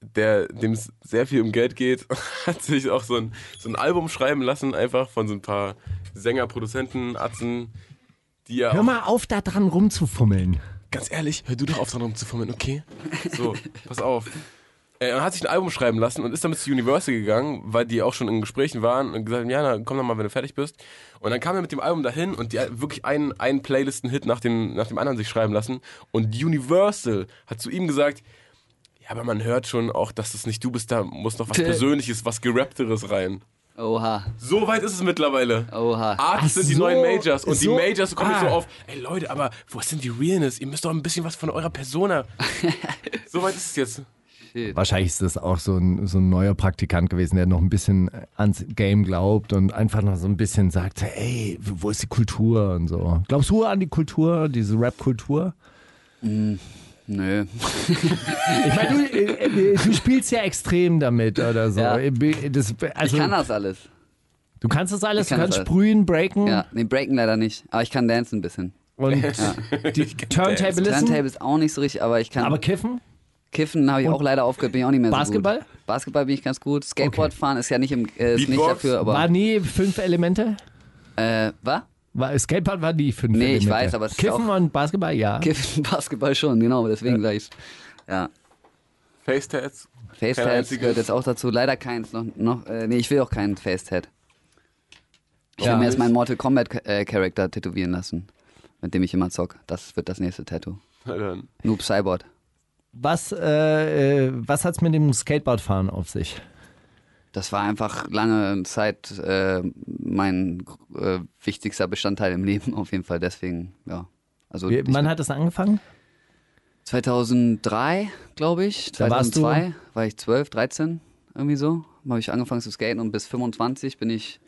der dem es sehr viel um Geld geht, [laughs] hat sich auch so ein, so ein Album schreiben lassen, einfach von so ein paar Sänger, Produzenten, Atzen, die ja
Hör
auch-
mal auf, da dran rumzufummeln.
ganz ehrlich, hör du doch auf, dran rumzufummeln, okay? So, [laughs] pass auf. Äh, Er hat sich ein Album schreiben lassen und ist damit zu Universal gegangen, weil die auch schon in Gesprächen waren und gesagt haben, ja, na, komm doch mal, wenn du fertig bist. Und dann kam er mit dem Album dahin und die hat wirklich einen, einen Playlisten-Hit nach dem, nach dem anderen sich schreiben lassen. Und Universal hat zu ihm gesagt, ja, aber man hört schon auch, dass das nicht du bist, da muss noch was
Tö.
Persönliches, was Gerappteres rein.
Oha,
So weit ist es mittlerweile.
oha.
Arts
Ach
sind die
so,
neuen Majors und
so,
die Majors kommen jetzt
ah.
so auf, ey
[laughs]
Leute, aber wo ist denn die Realness? Ihr müsst doch ein bisschen was von eurer Persona. so weit ist es jetzt.
Qualität.
Wahrscheinlich ist das auch so ein, so ein neuer Praktikant gewesen, der noch ein bisschen ans Game glaubt und einfach noch so ein bisschen sagt, ey, wo ist die Kultur und so. Glaubst du an die Kultur, diese Rap-Kultur?
Nö.
Ich meine, du, äh, äh, du spielst ja extrem damit oder so.
Ja.
Äh, Das,
Ich
also,
kann das alles.
Du kannst das alles,
Ich kann
du
das
kannst
alles.
sprühen, breaken
Ja, nee, Breaken leider nicht. Aber ich kann dancen ein bisschen.
und die Turntablisten,
Turntable ist auch nicht so richtig, aber ich kann.
aber kiffen?
Kiffen habe ich auch leider aufgehört, bin ich auch nicht mehr so
Basketball?
gut. Basketball bin ich ganz gut. Skateboard
Okay.
fahren ist ja nicht, im, äh, ist nicht
Beatbox?
dafür,
War
aber.
nie fünf Elemente?
Äh, was?
War, Skateboard war nie fünf
Nee, ich
Elemente.
weiß, aber es ist
Kiffen und Basketball, ja.
Kiffen, [laughs] Basketball schon, genau, deswegen sage ich. Ja.
Face-Tats. Kein
Facetat
einziges.
gehört jetzt auch dazu. Leider keins noch. noch äh, nee, ich will auch keinen Facetat. Ich
Ja.
will mir jetzt meinen Mortal Kombat äh, Charakter tätowieren lassen, mit dem ich immer zock. Das wird das nächste Tattoo.
Na dann.
Noob Cyborg.
Was, äh, äh, was hat's mit dem Skateboardfahren auf sich?
Das war einfach lange Zeit äh, mein äh, wichtigster Bestandteil im Leben [laughs] auf jeden Fall. Deswegen, ja. Also
Wie-
ich
Wann hat das angefangen?
2003, glaube ich.
Da warst
2002 war ich 12, 13, irgendwie so. Habe ich angefangen zu skaten und bis 25 bin ich,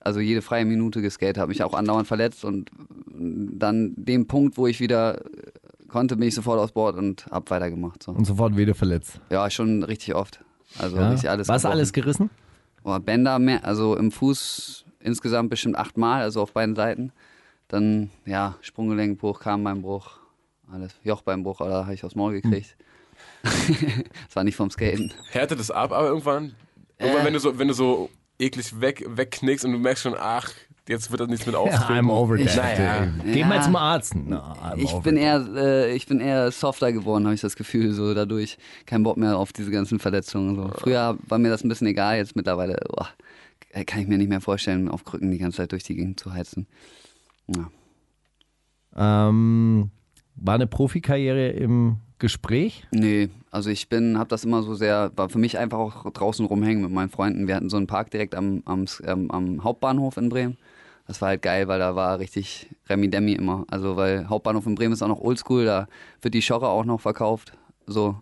also jede freie Minute geskatet, habe mich auch andauernd verletzt und dann den Punkt, wo ich wieder äh, konnte, bin ich sofort aufs Board und hab weitergemacht. So.
Und sofort wieder verletzt.
Ja, schon richtig oft. Also
Ja?
richtig alles.
Was
gebrochen.
alles gerissen?
Oh, Bänder mehr, also im Fuß insgesamt bestimmt achtmal, also auf beiden Seiten. Dann, ja, Sprunggelenkbruch, Kahnbeinbruch, alles. Jochbeinbruch, oder habe ich aufs Maul gekriegt. [laughs] das war nicht vom Skaten.
Härtet es ab, aber irgendwann.
Äh.
Irgendwann, wenn du so, wenn du so eklig weg, wegknickst und du merkst schon, ach, jetzt wird das nichts mit
Ja,
aufstehen.
I'm over that.
Naja.
Geh
Ja.
mal zum Arzt. Na, I'm
Ich
over
bin,
that.
eher, äh, ich bin eher softer geworden, habe ich das Gefühl, so dadurch. Kein Bock mehr auf diese ganzen Verletzungen. So. Früher war mir das ein bisschen egal, jetzt mittlerweile boah, kann ich mir nicht mehr vorstellen, auf Krücken die ganze Zeit durch die Gegend zu heizen. Ja.
Ähm, war eine Profikarriere im Gespräch?
Nee, also ich bin, habe das immer so sehr, war für mich einfach auch draußen rumhängen mit meinen Freunden. Wir hatten so einen Park direkt am, am, ähm, am Hauptbahnhof in Bremen. Das war halt geil, weil da war richtig Remi-Demi immer. Also weil Hauptbahnhof in Bremen ist auch noch oldschool, da wird die Schorre auch noch verkauft. So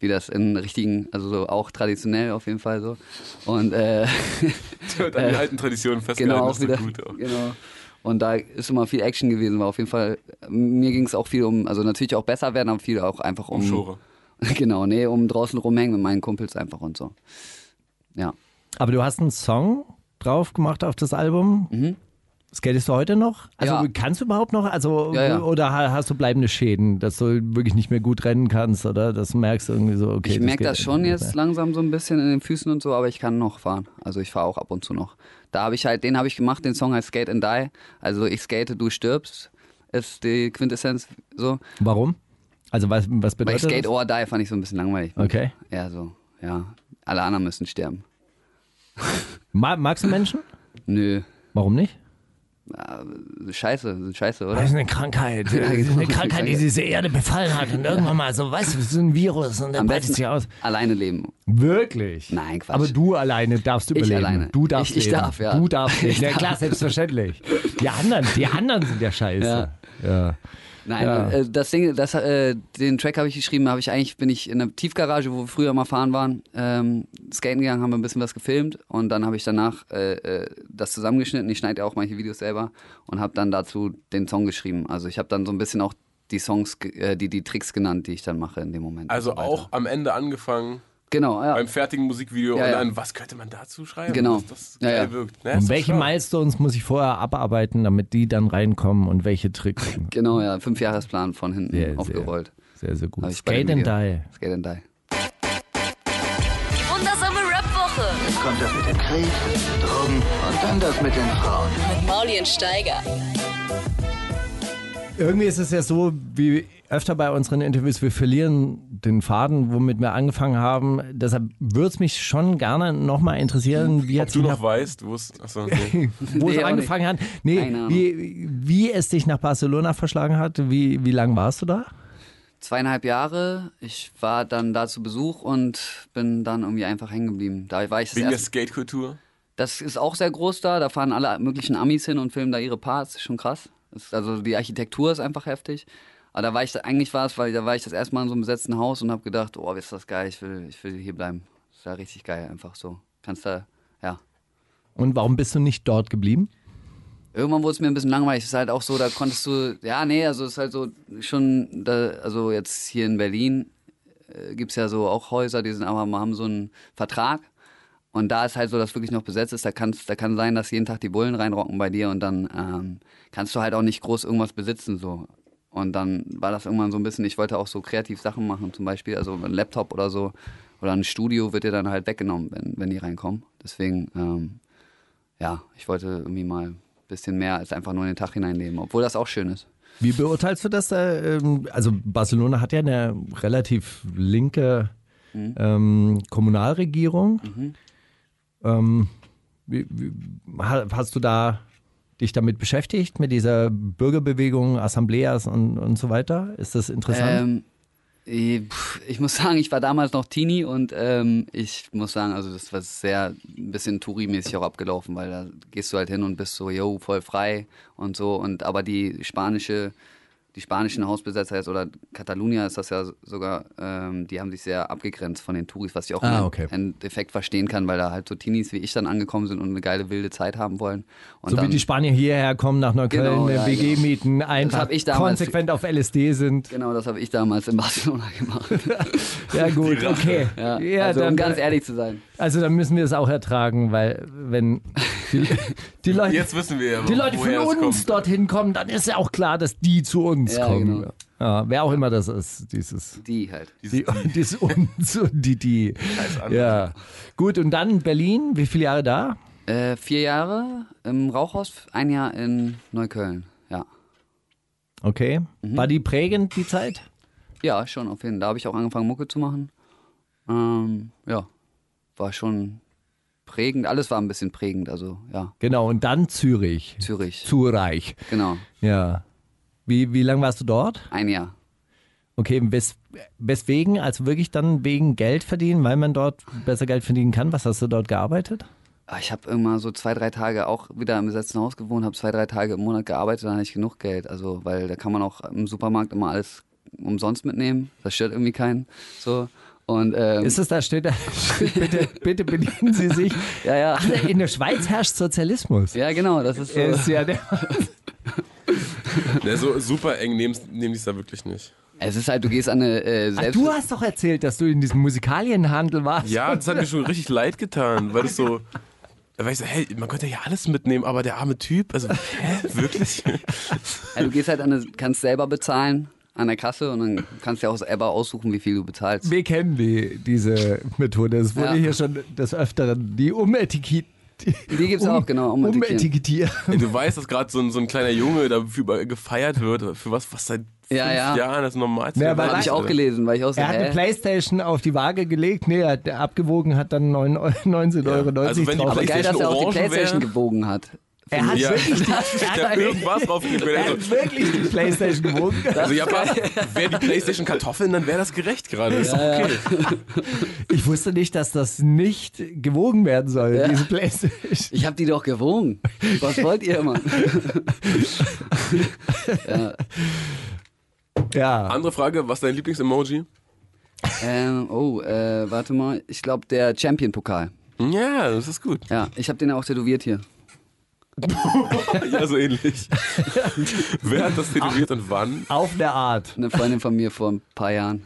wie das in richtigen, also so auch traditionell auf jeden Fall so. Und äh,
[laughs]
[laughs]
Wird an die alten Traditionen festgehalten.
genau,
das
auch
ist doch
wieder.
gut. Auch.
Genau. Und da ist immer viel Action gewesen, war auf jeden Fall, mir ging es auch viel um, also natürlich auch besser werden, aber viel auch einfach um,
Um Schore.
[laughs] Genau, nee, um draußen rumhängen mit meinen Kumpels einfach und so. Ja.
Aber du hast einen Song drauf gemacht auf das Album. Skatest du heute noch? Also
Mhm. Ja.
kannst du überhaupt noch? Also
Ja, ja.
oder ha- hast du bleibende Schäden, dass du wirklich nicht mehr gut rennen kannst oder dass du merkst irgendwie so? Okay,
Ich merke
geht
das schon
nicht
jetzt
mehr.
langsam so ein bisschen in den Füßen und so, aber ich kann noch fahren. Also ich fahre auch ab und zu noch. Da habe ich halt, den habe ich gemacht, den Song heißt Skate and Die. Also ich skate, du stirbst, ist die Quintessenz so.
Warum? Also was, was
Weil
bedeutet
Skate
das?
or Die fand ich so ein bisschen langweilig.
Okay.
Ja, so, ja. Alle anderen müssen sterben.
Ma magst du Menschen?
Nö.
Warum nicht?
Scheiße, sind scheiße,
Das
oder?
ist eine
[laughs]
Krankheit,
genau.
eine Krankheit, die diese Erde befallen hat und irgendwann mal so, weißt du, das ist ein Virus und dann
Am
breitet
besten
sich aus.
alleine leben.
Wirklich?
Nein, Quatsch.
Aber du alleine darfst überleben.
alleine.
Du darfst
Ich- ich
leben.
darf, ja.
Du darfst
[laughs] Ich
leben. Ja
darf.
klar, selbstverständlich. Die anderen, die anderen sind ja scheiße. Ja.
Nein,
Ja.
äh, das Ding, das, äh, den Track habe ich geschrieben, habe ich eigentlich, bin ich in einer Tiefgarage, wo wir früher mal fahren waren, ähm, skaten gegangen, haben wir ein bisschen was gefilmt und dann habe ich danach äh, äh, das zusammengeschnitten. Ich schneide ja auch manche Videos selber und habe dann dazu den Song geschrieben. Also ich habe dann so ein bisschen auch die Songs, ge- äh, die, die Tricks genannt, die ich dann mache in dem Moment.
Also
und so weiter.
auch am Ende angefangen,
Genau, ja.
beim fertigen Musikvideo
Ja, ja.
online. Was könnte man dazu schreiben?
Genau.
Dass das
Ja,
geil
ja.
wirkt. Ne, ist
Und
doch
welche
schlau.
Milestones muss ich vorher abarbeiten, damit die dann reinkommen und welche
[laughs]
Tricks?
Genau, ja. Fünfjahresplan von hinten
Sehr, sehr.
aufgerollt.
Sehr, sehr
Hab
gut.
ich bei dem
Skate and
Video.
Die.
Skate and Die.
Die wundersame Rap-Woche
Kommt das mit dem Krieg, Drogen und dann das mit den Frauen.
mit Mauli und Steiger.
Irgendwie ist es ja so, wie öfter bei unseren Interviews, wir verlieren den Faden, womit wir angefangen haben. Deshalb würde es mich schon gerne nochmal interessieren, wie
Ob
jetzt
du noch weißt, du wusstest. Achso,
[laughs]
nee.
wo
Nee,
es
auch
angefangen hat. Nee,
Keine Ahnung.
wie, wie es dich nach Barcelona verschlagen hat, wie, wie lang warst du da?
zweieinhalb Jahre. Ich war dann da zu Besuch und bin dann irgendwie einfach hängen geblieben. Da war ich das
Wegen der
erste.
Skate-Kultur.
Das ist auch sehr groß da. Da fahren alle möglichen Amis hin und filmen da ihre Parts. Ist Schon krass. Ist, also die Architektur ist einfach heftig. Aber da war ich, eigentlich war es, weil da war ich das erste Mal in so einem besetzten Haus und habe gedacht, oh, ist das geil, ich will, ich will hier bleiben. Ist ja richtig geil, einfach so. Kannst da, ja.
Und warum bist du nicht dort geblieben?
Irgendwann wurde es mir ein bisschen langweilig. Es ist halt auch so, da konntest du, ja, nee, also es ist halt so schon, da, also jetzt hier in Berlin äh, gibt es ja so auch Häuser, die sind aber haben so einen Vertrag. Und da ist halt so, dass wirklich noch besetzt ist. Da, kann's, da kann sein, dass jeden Tag die Bullen reinrocken bei dir und dann ähm, kannst du halt auch nicht groß irgendwas besitzen so. Und dann war das irgendwann so ein bisschen, ich wollte auch so kreativ Sachen machen, zum Beispiel, also ein Laptop oder so oder ein Studio wird dir dann halt weggenommen, wenn, wenn die reinkommen. Deswegen ähm, ja, ich wollte irgendwie mal ein bisschen mehr als einfach nur in den Tag hineinleben, obwohl das auch schön ist.
Wie beurteilst du das? Äh, ähm, also Barcelona hat ja eine relativ linke
Mhm.
ähm, Kommunalregierung. Ähm, wie, wie, ha- hast du da dich damit beschäftigt, mit dieser Bürgerbewegung, Assembleas und, und so weiter? Ist das interessant?
Ähm, eh, pff, ich muss [laughs] sagen, ich war damals noch Teenie und ähm, ich muss sagen, also das war sehr ein bisschen Touri-mäßig auch abgelaufen, weil da gehst du halt hin und bist so, yo, voll frei und so. Und aber die spanische, die spanischen Hausbesetzer jetzt oder Katalonia ist das ja sogar, ähm, die haben sich sehr abgegrenzt von den Touris, was ich auch
Ah,
im
okay.
Endeffekt verstehen kann, weil da halt so Teenies wie ich dann angekommen sind und eine geile wilde Zeit haben wollen. Und
so wie
dann,
die Spanier hierher kommen, nach Neukölln,
Genau,
eine
ja,
WG
genau.
mieten, einfach
hab ich damals-
konsequent auf LSD
[laughs]
sind.
Genau, das habe ich damals in Barcelona [laughs] gemacht.
Ja gut, okay.
ja, also, um ganz ehrlich zu sein.
Also dann müssen wir es auch ertragen, weil wenn
[laughs]
die, die Leute,
Jetzt wissen wir ja,
die Leute von
woher es
uns
kommt.
dorthin kommen, dann ist ja auch klar, dass die zu uns
Ja,
kommen.
genau.
Ja, wer auch immer das ist, dieses
Die halt.
die, [laughs] dieses uns und die die.
andere.
Ja. Gut, und dann Berlin, wie viele Jahre da?
Äh, vier Jahre im Rauchhaus, ein Jahr in Neukölln. Ja.
Okay.
Mhm.
War die prägend die Zeit?
Ja, schon auf jeden Fall. Da habe ich auch angefangen, Mucke zu machen. Ähm, ja. War schon prägend. Alles war ein bisschen prägend. Also, ja.
Genau, und dann Zürich.
Zürich.
Zürich.
Genau.
Ja. Wie, wie lange warst du dort?
Ein Jahr.
Okay, wes, weswegen? Also wirklich dann wegen Geld verdienen, weil man dort besser Geld verdienen kann. Was hast du dort gearbeitet?
Aber Ah, Ich habe immer so zwei, drei Tage auch wieder im besetzten Haus gewohnt, habe zwei, drei Tage im Monat gearbeitet, dann hatte ich genug Geld. Also, weil da kann man auch im Supermarkt immer alles umsonst mitnehmen. Das stört irgendwie keinen. So. Und, ähm,
Ist es da steht da, [laughs] bitte, bitte bedienen Sie sich.
ja, ja.
Ach, in der Schweiz herrscht Sozialismus.
Ja, genau, das ist so.
Ist ja
[laughs]
der,
Ne, so super eng nehmen nehm die es da wirklich nicht.
Es ist halt, du gehst an eine äh,
Ach,
selbst.
du hast doch erzählt, dass du in diesem Musikalienhandel warst.
Ja, das hat mir schon richtig leid getan, weil es so. Weil ich so, hey, man könnte ja alles mitnehmen, aber der arme Typ, also, hä, wirklich?
Ja, du gehst halt an eine, kannst selber bezahlen an der Kasse und dann kannst du ja auch selber aussuchen, wie viel du bezahlst.
Wir kennen die, diese Methode. Es wurde
Ja.
hier schon des Öfteren die Umetikett.
Die gibt's
Um-
auch, genau, umetikettieren.
Umetikettieren.
Ey, du weißt, dass gerade so, ein- so ein kleiner Junge dafür gefeiert wird, für was, was seit fünf
Ja, ja.
Jahren das Normalste
Ja,
der
weil
Welt
Habe
ist,
ich auch
Alter.
gelesen, weil ich auch so,
Er hat eine
hä?
Playstation auf die Waage gelegt. Nee, er hat abgewogen, hat dann 9 Euro- 19,90
Ja.
Euro
Also wenn die
drauf.
Aber geil, dass er auch die
Playstation
Playstation
wär-
gebogen hat.
Er hat
Ja.
wirklich die,
[laughs]
Der hat irgendwas drauf
er
also,
hat wirklich die Playstation gewogen.
[laughs]
also Japan, wäre die Playstation Kartoffeln, dann wäre das gerecht gerade. Ist doch okay.
Ich wusste nicht, dass das nicht gewogen werden soll, diese
[laughs]
Playstation.
Ich habe die doch gewogen. Was wollt ihr immer?
Ja.
Andere Frage, was ist dein Lieblings-Emoji?
ähm, oh, äh, warte mal. Ich glaube, der Champion-Pokal.
Ja, das ist gut.
Ja, ich habe den auch tätowiert hier.
Ja, so ähnlich. Wer hat das tätowiert und wann?
Auf der Art.
Eine Freundin von mir vor ein paar Jahren.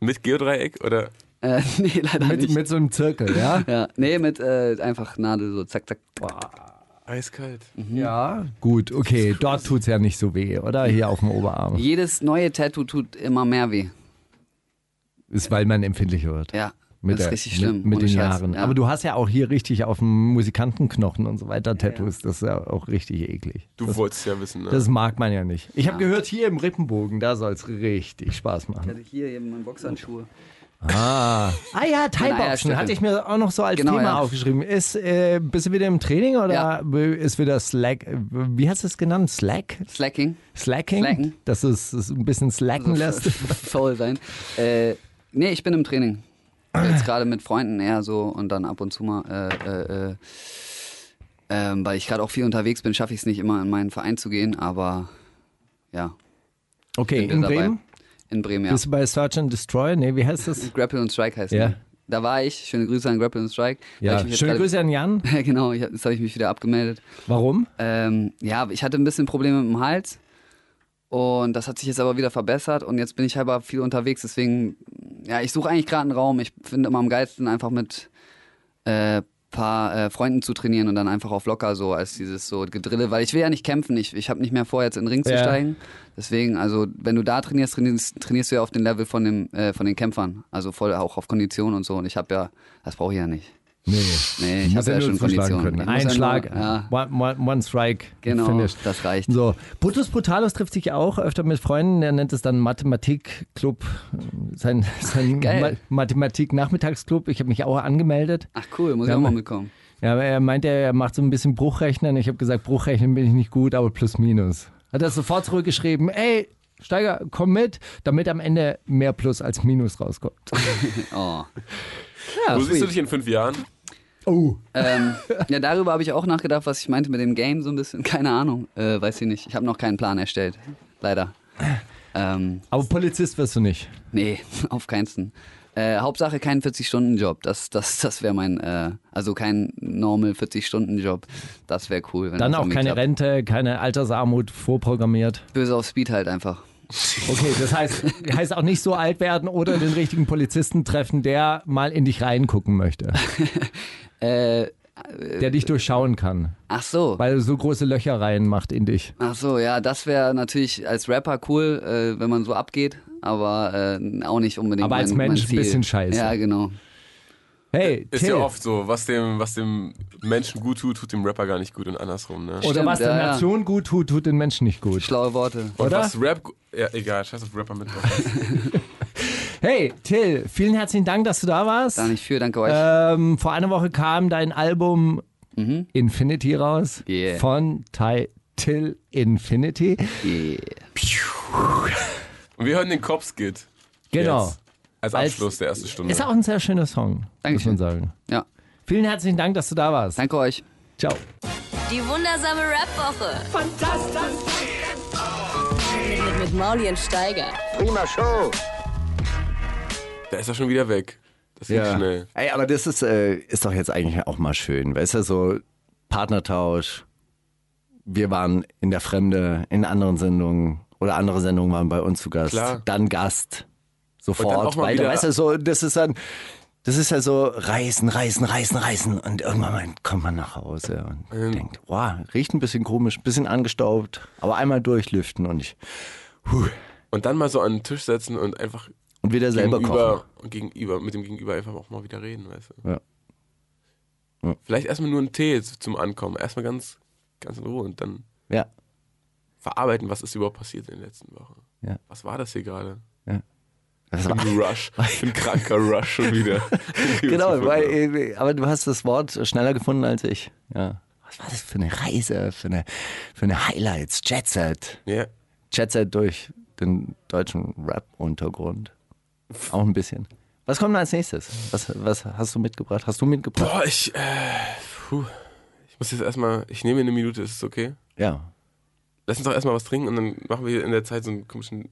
Mit Geodreieck oder?
Äh, [laughs] nee, leider
Mit,
nicht.
mit so einem Zirkel,
[laughs]
ja?
ja, nee, mit äh, einfach Nadel so zack, zack.
Eiskalt.
Ja. Gut, okay. Dort tut's ja nicht so weh, oder? Hier auf dem Oberarm.
Jedes neue Tattoo tut immer mehr weh.
Ist, weil man empfindlicher wird.
Ja,
Mit
das
der-
ist richtig schlimm.
Mit, mit
ohne
den
Scheiß.
Jahren.
Ja.
Aber du hast ja auch hier richtig auf dem Musikantenknochen und so weiter Tattoos. Das ist ja auch richtig eklig.
Du
das,
wolltest ja wissen, ne?
das mag man ja nicht. Ich habe gehört, hier im Rippenbogen, da soll's richtig Spaß machen.
Also hier eben meine Boxhandschuhe.
Ah, ah ja, Thai-Boxen
Eierstöcke.
hatte ich mir auch noch so als
Genau,
Thema
ja.
aufgeschrieben. Ist, äh, bist du wieder im Training oder
Ja.
ist wieder Slack? Wie hast du es genannt? Slack?
Slacking.
Slacking?
Slacken. Also,
Dass du es es ein bisschen slacken
[laughs]
lässt.
faul sein. Äh, nee, ich bin im Training. Jetzt gerade mit Freunden eher so und dann ab und zu mal, äh, äh, äh, ähm, weil ich gerade auch viel unterwegs bin, schaffe ich es nicht immer in meinen Verein zu gehen, aber ja.
Okay,
Sind wir
in
dabei.
Bremen?
In Bremen, ja.
Bist du bei Search and Destroy? Nee, wie heißt
[laughs]
das?
Grapple und Strike heißt
Ja.
die. Da war ich. Schöne Grüße an Grapple und Strike. Da hab
Ja,
ich mich jetzt
schöne
gerade-
Grüße an Jan.
[laughs] genau, ich, hab- jetzt habe ich mich wieder abgemeldet.
Warum?
Ähm, ja, ich hatte ein bisschen Probleme mit dem Hals. Und das hat sich jetzt aber wieder verbessert und jetzt bin ich halber viel unterwegs. Deswegen, ja, ich suche eigentlich gerade einen Raum. Ich finde immer am geilsten, einfach mit äh, paar äh, Freunden zu trainieren und dann einfach auf locker so als dieses so Gedrille, weil ich will ja nicht kämpfen. Ich, ich habe nicht mehr vor, jetzt in den Ring zu
Ja.
steigen. Deswegen, also wenn du da trainierst, trainierst, trainierst du ja auf dem Level von, dem, äh, von den Kämpfern. Also voll auch auf Kondition und so. Und ich habe ja, das brauche ich ja nicht.
Nee,
Nee, ich
muss
habe ja,
nur
schon
zuschlagen ne?
Kondition. Ich muss ja
Ein
nur-
Schlag,
Ja,
one, one, one strike,
genau,
finished.
das reicht.
So, Brutus Brutalus trifft sich ja auch öfter mit Freunden. Er nennt es dann Mathematikclub, sein, sein
Geil.
Ma Mathematik-Nachmittagsclub. Ich habe mich auch angemeldet.
Ach cool, muss
Ja,
ich auch mal
man-
mitkommen.
Ja, aber er meinte, er macht so ein bisschen Bruchrechnen. Ich habe gesagt, Bruchrechnen bin ich nicht gut, aber plus minus. Hat er sofort zurückgeschrieben, ey, Steiger, komm mit, damit am Ende mehr Plus als Minus rauskommt.
Oh.
Ja,
Wo siehst du dich in fünf Jahren?
Oh,
ähm, ja, darüber habe ich auch nachgedacht, was ich meinte mit dem Game so ein bisschen. Keine Ahnung, äh, weiß ich nicht. Ich habe noch keinen Plan erstellt, leider. Ähm,
aber Polizist wirst du nicht.
nee, [laughs] auf keinsten. Äh, Hauptsache kein 40-Stunden-Job. Das, das, das wäre mein, äh, also kein normal 40-Stunden-Job. Das wäre cool. Wenn
Dann
das
auch
irgendwie
keine
klappt.
Rente, keine Altersarmut vorprogrammiert.
Böse auf Speed halt einfach.
Okay, das heißt, heißt auch nicht so alt werden oder den richtigen Polizisten treffen, der mal in dich reingucken möchte,
[laughs] Äh,
der dich durchschauen kann,
ach so.
weil er so große Löcher reinmacht in dich.
Ach so, ja, das wäre natürlich als Rapper cool, äh, wenn man so abgeht, aber äh, auch nicht unbedingt.
Aber
mein,
als
mein
Mensch ein
Ziel.
bisschen scheiße.
Ja, genau.
Hey,
Ist
Till.
ja oft so, was dem, was dem Menschen gut tut, tut dem Rapper gar nicht gut und andersrum, ne?
oder
Stimmt,
was der
ja, ja.
Nation gut tut, tut den Menschen nicht gut.
Schlaue Worte.
Und
oder?
was Rap. gu- Ja, egal, scheiß auf Rapper mit.
Hey, Till, vielen herzlichen Dank, dass du da warst.
Da nicht für, danke euch.
Ähm, vor einer Woche kam dein Album Infinity raus
Mhm. Yeah.
von Ty Till Infinity. Äh,
Yeah.
Und wir hören den Cops-Git
Genau.
Jetzt. als
Als-
Abschluss der ersten Stunde.
Ist auch ein sehr schöner Song,
Dankeschön.
muss man sagen.
Ja,
Vielen herzlichen Dank, dass du da warst.
danke euch.
Ciao.
Die wundersame Rap-Woche. Fantastisch. Mit, mit Mauli und Steiger.
Prima Show.
da ist er schon wieder weg. Das ging schnell.
Ey, aber das ist, äh, ist doch jetzt eigentlich auch mal schön. Weißt du, so Partnertausch. Wir waren in der Fremde, in anderen Sendungen oder andere Sendungen waren bei uns zu Gast.
Klar.
Dann Gast.
dann
Sofort
auch mal
weiter.
wieder-
Weißt du, so, das ist dann. Das ist ja so reißen, reißen, reißen, reißen und irgendwann mal kommt man nach Hause und denkt, wow, riecht ein bisschen komisch, ein bisschen angestaubt, aber einmal durchlüften und ich
Und dann mal so an den Tisch setzen und einfach
und wieder selber kochen.
gegenüber, und gegenüber, mit dem Gegenüber einfach auch mal wieder reden, weißt du?
Ja. Ja.
Vielleicht erstmal nur einen Tee z- zum Ankommen. Erstmal ganz, ganz in Ruhe und dann
Ja.
verarbeiten, was ist überhaupt passiert in den letzten Wochen.
Ja.
Was war das hier gerade?
Das war
Ein Rush. Ich bin kranker Rush schon wieder.
[laughs] genau, weil, äh, aber du hast das Wort schneller gefunden als ich. Ja. Was war das für eine Reise, für eine, für eine Highlights, Jet Set.
Ja.
Jet Set durch den deutschen Rap-Untergrund. Auch ein bisschen. Was kommt denn als nächstes? Was, was hast du mitgebracht? Hast du mitgebracht?
Boah, ich, äh, puh. ich muss jetzt erstmal, ich nehme mir eine Minute, ist es okay?
Ja.
Lass uns doch erstmal was trinken und dann machen wir in der Zeit so einen komischen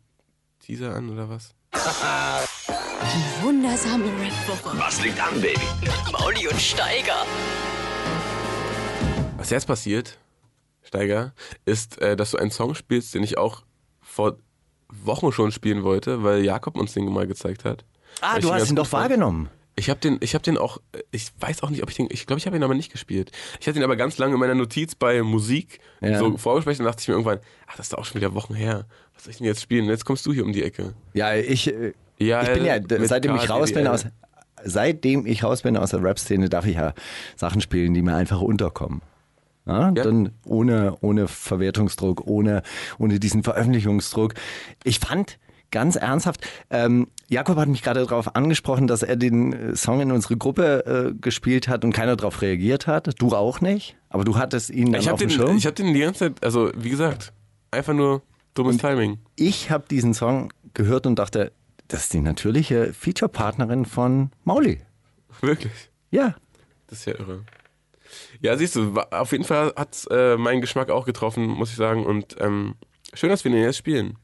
Teaser an oder was?
Die wundersame Rap-Woche.
Was liegt an, Baby?
Mit Mauli und Steiger.
Was jetzt passiert, Steiger, ist, äh, dass du einen Song spielst, den ich auch vor Wochen schon spielen wollte, weil Jakob uns den mal gezeigt hat.
Ah,
Ich
du
ganz
hast ihn
gut
doch wahrgenommen.
Ich habe den, ich habe den auch, äh, ich weiß auch nicht, ob ich den, ich glaube, ich habe ihn aber nicht gespielt. Ich hatte ihn aber ganz lange in meiner Notiz bei Musik
Ja.
so vorgespeichert und dachte ich mir irgendwann, ach, das ist doch auch schon wieder Wochen her. Was soll ich denn jetzt spielen? Und jetzt kommst du hier um die Ecke.
Ja, ich, äh,
Ja,
ich bin ja,
mit E
seitdem ich raus bin
KDDL.
aus, seitdem ich raus bin aus der Rap-Szene, darf ich ja Sachen spielen, die mir einfach unterkommen. Ja,
Ja.
Dann ohne, ohne Verwertungsdruck, ohne, ohne diesen Veröffentlichungsdruck. Ich fand ganz ernsthaft, ähm, Jakob hat mich gerade darauf angesprochen, dass er den äh, Song in unsere Gruppe äh, gespielt hat und keiner darauf reagiert hat. Du auch nicht, aber du hattest ihn dann
Ich habe
auf dem
den,
Schirm.
ich habe den die ganze Zeit, also wie gesagt, einfach nur dummes Timing.
ich habe diesen Song gehört und dachte, das ist die natürliche Feature-Partnerin von Mauli.
Wirklich.
Ja.
Das ist ja irre. Ja, siehst du, wa- auf jeden Fall hat es äh, meinen Geschmack auch getroffen, muss ich sagen. Und ähm, schön, dass wir den jetzt spielen.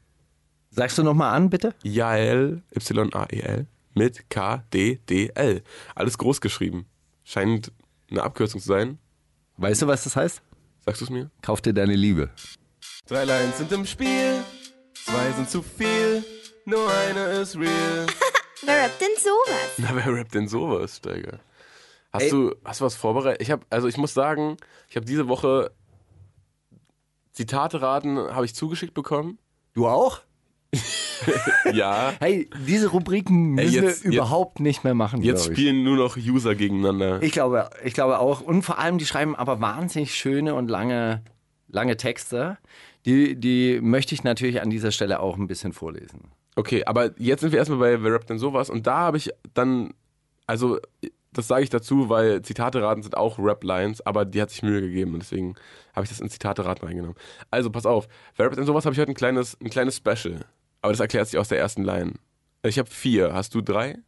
Sagst du nochmal an, bitte?
Yael, Y-A-E-L, E mit K-D-D-L. Alles groß geschrieben. Scheint eine Abkürzung zu sein.
Weißt du, was das heißt?
Sagst du es mir?
Kauf dir deine Liebe.
Drei Lines sind im Spiel, zwei sind zu viel, nur eine ist real.
[laughs] Wer rappt denn sowas?
Na, wer rappt denn sowas, Steiger? Hast du hast du was vorbereitet? Ich habe also ich muss sagen, ich habe diese Woche Zitate raten habe ich zugeschickt bekommen.
Du auch?
Ja.
Hey, diese Rubriken
Ey,
müssen
jetzt-
wir
jetzt-
überhaupt nicht mehr machen.
Jetzt
glaub ich.
spielen nur noch User gegeneinander.
Ich glaube, ich glaube auch. Und vor allem, die schreiben aber wahnsinnig schöne und lange, lange Texte. Die, die möchte ich natürlich an dieser Stelle auch ein bisschen vorlesen.
Okay, aber jetzt sind wir erstmal bei Wer rappt denn sowas und da habe ich dann also das sage ich dazu, weil Zitate raten sind auch Rap-Lines, aber die hat sich Mühe gegeben und deswegen habe ich das in Zitate raten reingenommen. Also pass auf, Wer rappt denn sowas habe ich heute ein kleines, ein kleines Special, aber das erklärt sich aus der ersten Line. Also, Ich habe vier, hast du drei?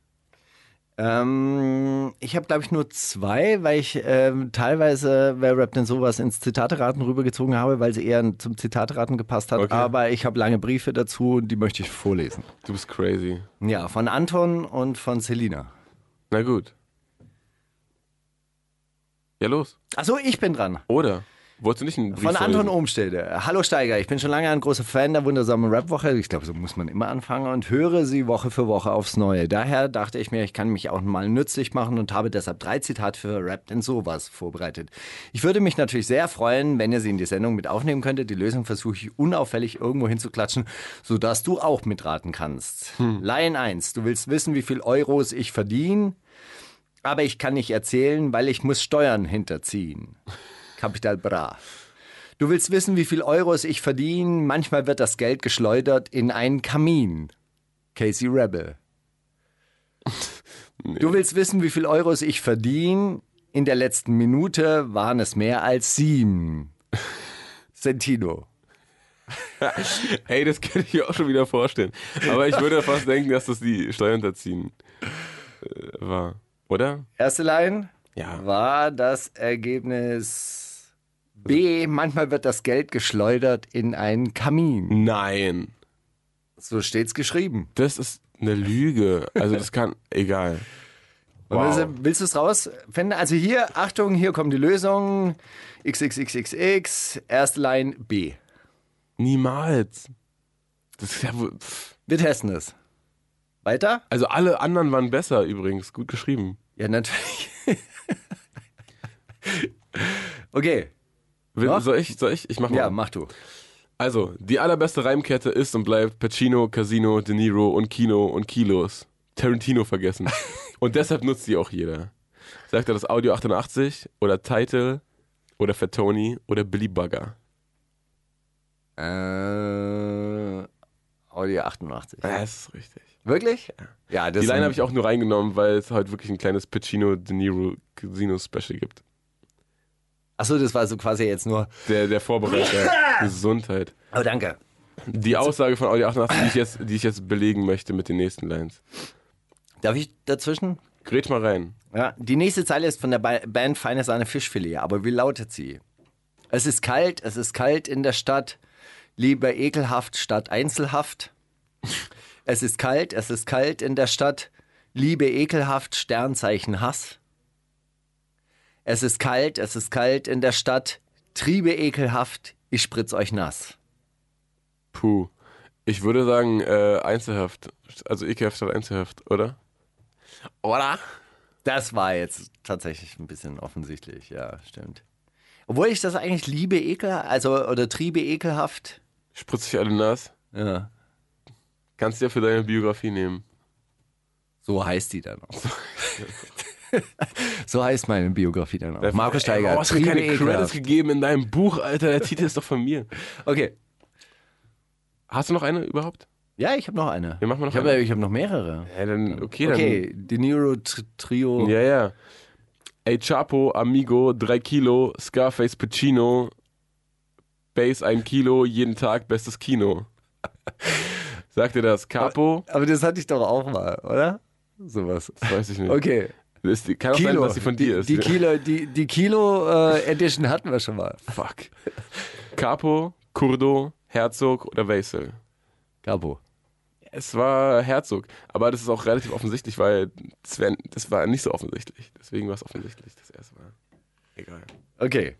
Ähm, ich habe, glaube ich, nur zwei, weil ich ähm, teilweise Wer rappt denn sowas ins Zitateraten rübergezogen habe, weil sie eher zum Zitateraten gepasst hat.
Okay.
Aber ich habe lange Briefe dazu und die möchte ich vorlesen.
Du bist crazy.
Ja, von Anton und von Selina.
Na gut. Ja, los.
Achso, ich bin dran.
Oder? Wolltest du nicht einen Brief
Von Anton
vorlesen?
Umstede. Hallo Steiger, ich bin schon lange ein großer Fan der wundersamen Rap-Woche. Ich glaube, so muss man immer anfangen und höre sie Woche für Woche aufs Neue. Daher dachte ich mir, ich kann mich auch mal nützlich machen und habe deshalb drei Zitate für Rap denn sowas vorbereitet. Ich würde mich natürlich sehr freuen, wenn ihr sie in die Sendung mit aufnehmen könntet. Die Lösung versuche ich unauffällig irgendwo hinzuklatschen, sodass du auch mitraten kannst.
Hm.
Laien 1, du willst wissen, wie viel Euros ich verdiene, aber ich kann nicht erzählen, weil ich muss Steuern hinterziehen. Kapital Bra. Du willst wissen, wie viel Euros ich verdiene. Manchmal wird das Geld geschleudert in einen Kamin. Casey Rebel. Du willst wissen, wie viel Euros ich verdiene. In der letzten Minute waren es mehr als sieben. Sentino.
Ey, das [laughs] könnte ich mir auch schon wieder vorstellen. Aber ich würde fast denken, dass das die Steuerhinterziehen äh, war. Oder?
Erste Line
Ja.
war das Ergebnis B. Manchmal wird das Geld geschleudert in einen Kamin.
Nein.
So steht's geschrieben.
Das ist eine Lüge. Also das kann. [laughs] Egal. Wow.
Willst, du- willst du es rausfinden? Also hier, Achtung, hier kommt die Lösung. XXXXX, erste Line B.
Niemals. Das ist ja, wohl- pff.
Wir testen es. Weiter?
also alle anderen waren besser übrigens. Gut geschrieben.
Ja, natürlich. [laughs] okay,
Will,
Noch?
soll ich? Soll ich? Ich mach mal.
ja, mach du.
Also, die allerbeste Reimkette ist und bleibt Pacino, Casino, De Niro und Kino und Kilos. Tarantino vergessen. Und deshalb nutzt sie auch jeder. Sagt er das Audio 88 oder Title oder Fat Tony oder Billy Bugger?
Äh, Audi 88.
Das ist richtig.
Wirklich? Äh. Ja, das
Die Line habe ich auch nur reingenommen, weil es heute wirklich ein kleines Pacino, De Niro, Casino Special gibt.
Achso, das war so quasi jetzt nur.
Der, der Vorbereiter. Gesundheit.
Oh, danke.
Die Aussage von Audio 88, die ich, jetzt, die ich jetzt belegen möchte mit den nächsten Lines.
Darf ich dazwischen?
Grätsch mal rein.
Ja, die nächste Zeile ist von der Ba- Band Feine Sahne Fischfilet, aber wie lautet sie? Es ist kalt, es ist kalt in der Stadt, lieber ekelhaft statt einzelhaft. Es ist kalt, es ist kalt in der Stadt, liebe ekelhaft Sternzeichen Hass. Es ist kalt, es ist kalt in der Stadt, triebe ekelhaft, ich spritz euch nass.
Puh. Ich würde sagen, äh, Einzelhaft. Also ekelhaft statt Einzelhaft, oder? Oder?
Das war jetzt tatsächlich ein bisschen offensichtlich, ja, stimmt. Obwohl ich das eigentlich liebe ekel, also oder triebe ekelhaft.
Spritz dich alle nass.
Ja.
Kannst du ja für deine Biografie nehmen.
So heißt die dann auch. [laughs] so heißt meine Biografie dann auch.
Der-
Marco Steiger.
Ey, warum hast du mir keine
Triebe
Credits
ekelhaft.
gegeben in deinem Buch, Alter? Der Titel ist doch von mir.
Okay.
Hast du noch eine überhaupt?
Ja, ich habe noch eine.
Ja, mach mal noch
ich habe
eine.
ich hab noch mehrere.
Ja, dann, okay, dann.
Okay, De Niro Tri- Trio.
Ja, ja. Ey, Chapo, Amigo, 3 Kilo, Scarface, Pacino, Base 1 Kilo, jeden Tag bestes Kino. [laughs] Sagt ihr das? Capo?
Aber das hatte ich doch auch mal, oder? Sowas.
Das weiß ich nicht.
Okay.
Das Ist, kann auch sein,
Kilo.
dass sie von dir ist.
Die, die Kilo, die, die Kilo äh, Edition hatten wir schon mal.
Fuck. Capo, Kurdo, Herzog oder Weissel?
Capo.
Es war Herzog. Aber das ist auch relativ offensichtlich, weil Sven, das war nicht so offensichtlich. Deswegen war es offensichtlich das erste Mal. Egal.
Okay.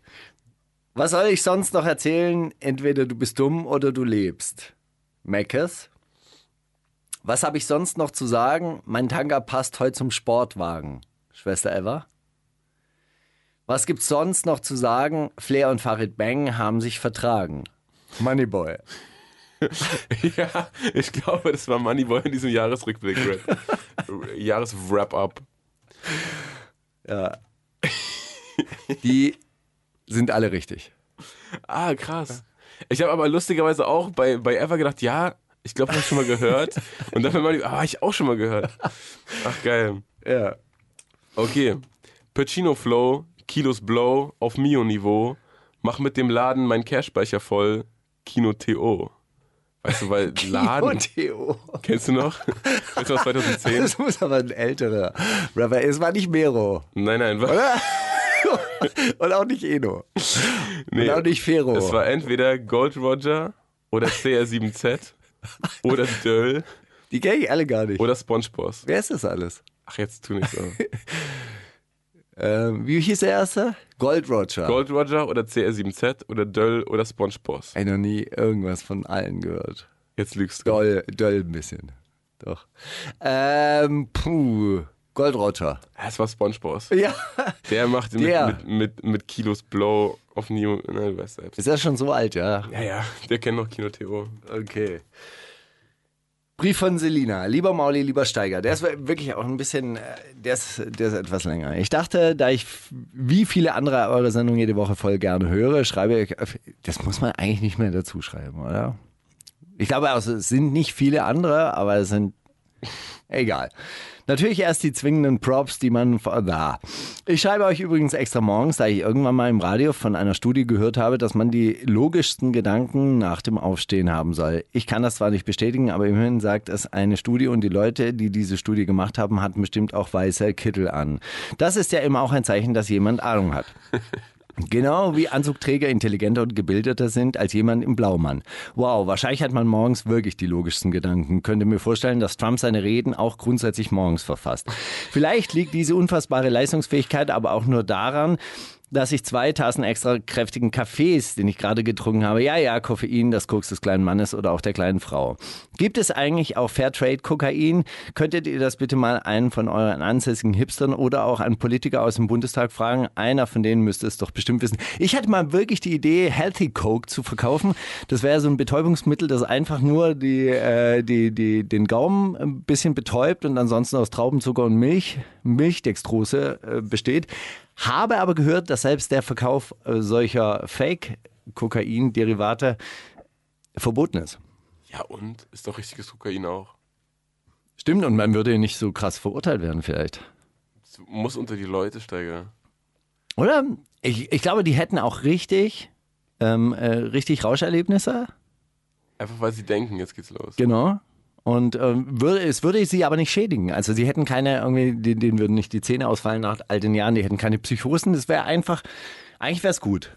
Was soll ich sonst noch erzählen? Entweder du bist dumm oder du lebst. Meckes. Was habe ich sonst noch zu sagen? Mein Tanga passt heute zum Sportwagen. Schwester Eva. Was gibt's sonst noch zu sagen? Flair und Farid Bang haben sich vertragen. Moneyboy.
[laughs] ja, ich glaube, das war Moneyboy in diesem Jahresrückblick. Rap. [laughs] Jahreswrap-up.
Die sind alle richtig.
Ah, krass. Ich habe aber lustigerweise auch bei, bei Ever gedacht, ja, ich glaube, habe ich schon mal gehört. Und dann bei Moneyboy, ah, habe ich auch schon mal gehört. Ach, geil.
Ja.
Okay. Pacino Flow, Kilos Blow auf Mio-Niveau. Mach mit dem Laden mein Cashspeicher voll. Kino TO. Weißt du, weil Laden.
Und Theo.
Kennst du noch? Das war 2010.
Das muss aber ein älterer Rapper. Es war nicht Mero.
Nein, nein, war,
Und auch nicht Eno. Und
nee,
auch nicht Fero.
es war entweder Gold Roger oder CR7Z oder Döll
Die kenne ich alle gar nicht.
oder Spongeboss.
Wer ist das alles?
Ach, jetzt tu nicht so.
Ähm, wie hieß der erste? Gold Roger.
Gold Roger oder CR7Z oder Döll oder Spongeboss.
Ich hab noch nie irgendwas von allen gehört.
Jetzt lügst du.
Doll, doll ein bisschen. Doch. Ähm, puh. Gold Roger.
Es war Spongeboss.
Ja.
Der macht mit,
Der.
Mit, mit, mit Kilos Blow auf Neo. Na, du weißt halt.
[laughs]
selbst.
Ist er schon so alt, ja?
Ja, ja, der kennt noch Kino TO.
Okay. Brief von Selina. Lieber Mauli, lieber Steiger. Der ist wirklich auch ein bisschen, äh, der ist, der ist etwas länger. Ich dachte, da ich f- wie viele andere eure Sendung jede Woche voll gerne höre, schreibe ich, das muss man eigentlich nicht mehr dazu schreiben, oder? Ich glaube, also, es sind nicht viele andere, aber es sind, egal. Natürlich erst die zwingenden Props, die man, vor- da. Ich schreibe euch übrigens extra morgens, da ich irgendwann mal im Radio von einer Studie gehört habe, dass man die logischsten Gedanken nach dem Aufstehen haben soll. Ich kann das zwar nicht bestätigen, aber immerhin sagt es eine Studie und die Leute, die diese Studie gemacht haben, hatten bestimmt auch weiße Kittel an. Das ist ja immer auch ein Zeichen, dass jemand Ahnung hat. Genau wie Anzugträger intelligenter und gebildeter sind als jemand im Blaumann. Wow, wahrscheinlich hat man morgens wirklich die logischsten Gedanken. Könnte mir vorstellen, dass Trump seine Reden auch grundsätzlich morgens verfasst. Vielleicht liegt diese unfassbare Leistungsfähigkeit aber auch nur daran, dass ich zwei Tassen extra kräftigen Kaffees, den ich gerade getrunken habe, ja, ja, Koffein, das Koks des kleinen Mannes oder auch der kleinen Frau. Gibt es eigentlich auch Fairtrade-Kokain? Könntet ihr das bitte mal einen von euren ansässigen Hipstern oder auch einen Politiker aus dem Bundestag fragen? Einer von denen müsste es doch bestimmt wissen. Ich hatte mal wirklich die Idee, Healthy Coke zu verkaufen. Das wäre so ein Betäubungsmittel, das einfach nur die, äh, die, die, den Gaumen ein bisschen betäubt und ansonsten aus Traubenzucker und Milch, Milchdextrose äh, besteht. Habe aber gehört, dass selbst der Verkauf äh, solcher Fake-Kokain-Derivate verboten ist.
Ja, und? Ist doch richtiges Kokain auch.
Stimmt, und man würde nicht so krass verurteilt werden vielleicht.
Das muss unter die Leute steigern.
Oder? Ich, ich glaube, die hätten auch richtig, ähm, äh, richtig Rauscherlebnisse.
Einfach weil sie denken, jetzt geht's los.
Genau. Und ähm, würde, es würde sie aber nicht schädigen. Also sie hätten keine, irgendwie, denen, denen würden nicht die Zähne ausfallen nach all den Jahren, die hätten keine Psychosen. Das wäre einfach, eigentlich wäre es gut.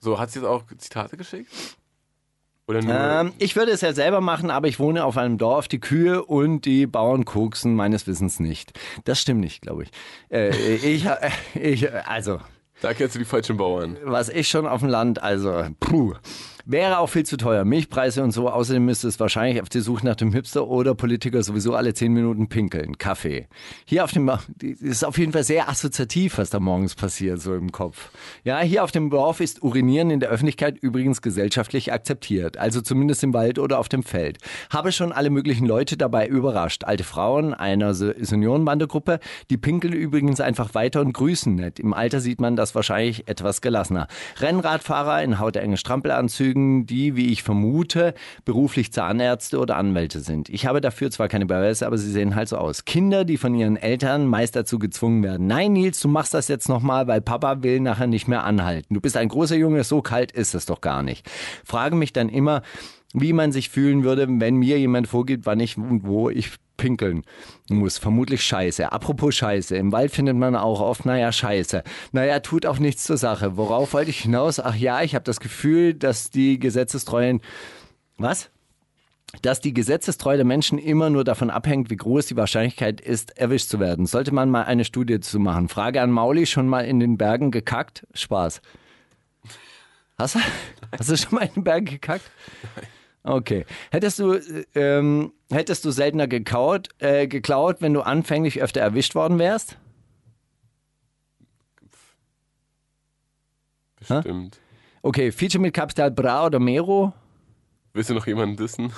So, hat sie jetzt auch Zitate geschickt? Oder nur?
Ähm, ich würde es ja selber machen, aber ich wohne auf einem Dorf, die Kühe und die Bauern koksen meines Wissens nicht. Das stimmt nicht, glaube ich. Äh, ich, ich. Also,
da kennst du die falschen Bauern.
was ich schon auf dem Land, also puh. Wäre auch viel zu teuer. Milchpreise und so. Außerdem müsste es wahrscheinlich auf die Suche nach dem Hipster oder Politiker sowieso alle 10 Minuten pinkeln. Kaffee. Hier auf dem, Ma- die- das ist auf jeden Fall sehr assoziativ, was da morgens passiert, so im Kopf. Ja, hier auf dem Dorf ist Urinieren in der Öffentlichkeit übrigens gesellschaftlich akzeptiert. Also zumindest im Wald oder auf dem Feld. Habe schon alle möglichen Leute dabei überrascht. Alte Frauen einer Se- Seniorenbandegruppe, die pinkeln übrigens einfach weiter und grüßen nett. Im Alter sieht man das wahrscheinlich etwas gelassener. Rennradfahrer in hautengen Strampelanzügen, die, wie ich vermute, beruflich Zahnärzte oder Anwälte sind. Ich habe dafür zwar keine Beweise, aber sie sehen halt so aus. Kinder, die von ihren Eltern meist dazu gezwungen werden. Nein, Nils, du machst das jetzt nochmal, weil Papa will nachher nicht mehr anhalten. Du bist ein großer Junge, so kalt ist es doch gar nicht. Frage mich dann immer, wie man sich fühlen würde, wenn mir jemand vorgibt, wann ich und wo ich pinkeln muss. Vermutlich Scheiße. Apropos Scheiße. Im Wald findet man auch oft, naja, Scheiße. Naja, tut auch nichts zur Sache. Worauf wollte ich hinaus? Ach ja, ich habe das Gefühl, dass die gesetzestreuen... Was? dass die Gesetzestreue der Menschen immer nur davon abhängt, wie groß die Wahrscheinlichkeit ist, erwischt zu werden. Sollte man mal eine Studie zu machen. Frage an Mauli, schon mal in den Bergen gekackt? Spaß. Hast du, [laughs] hast du schon mal in den Bergen gekackt? Okay. Hättest du, äh, ähm, hättest du seltener gekaut, äh, geklaut, wenn du anfänglich öfter erwischt worden wärst?
Bestimmt.
Okay, Feature mit Capital Bra oder Mero? [laughs]
Willst du noch jemanden dissen?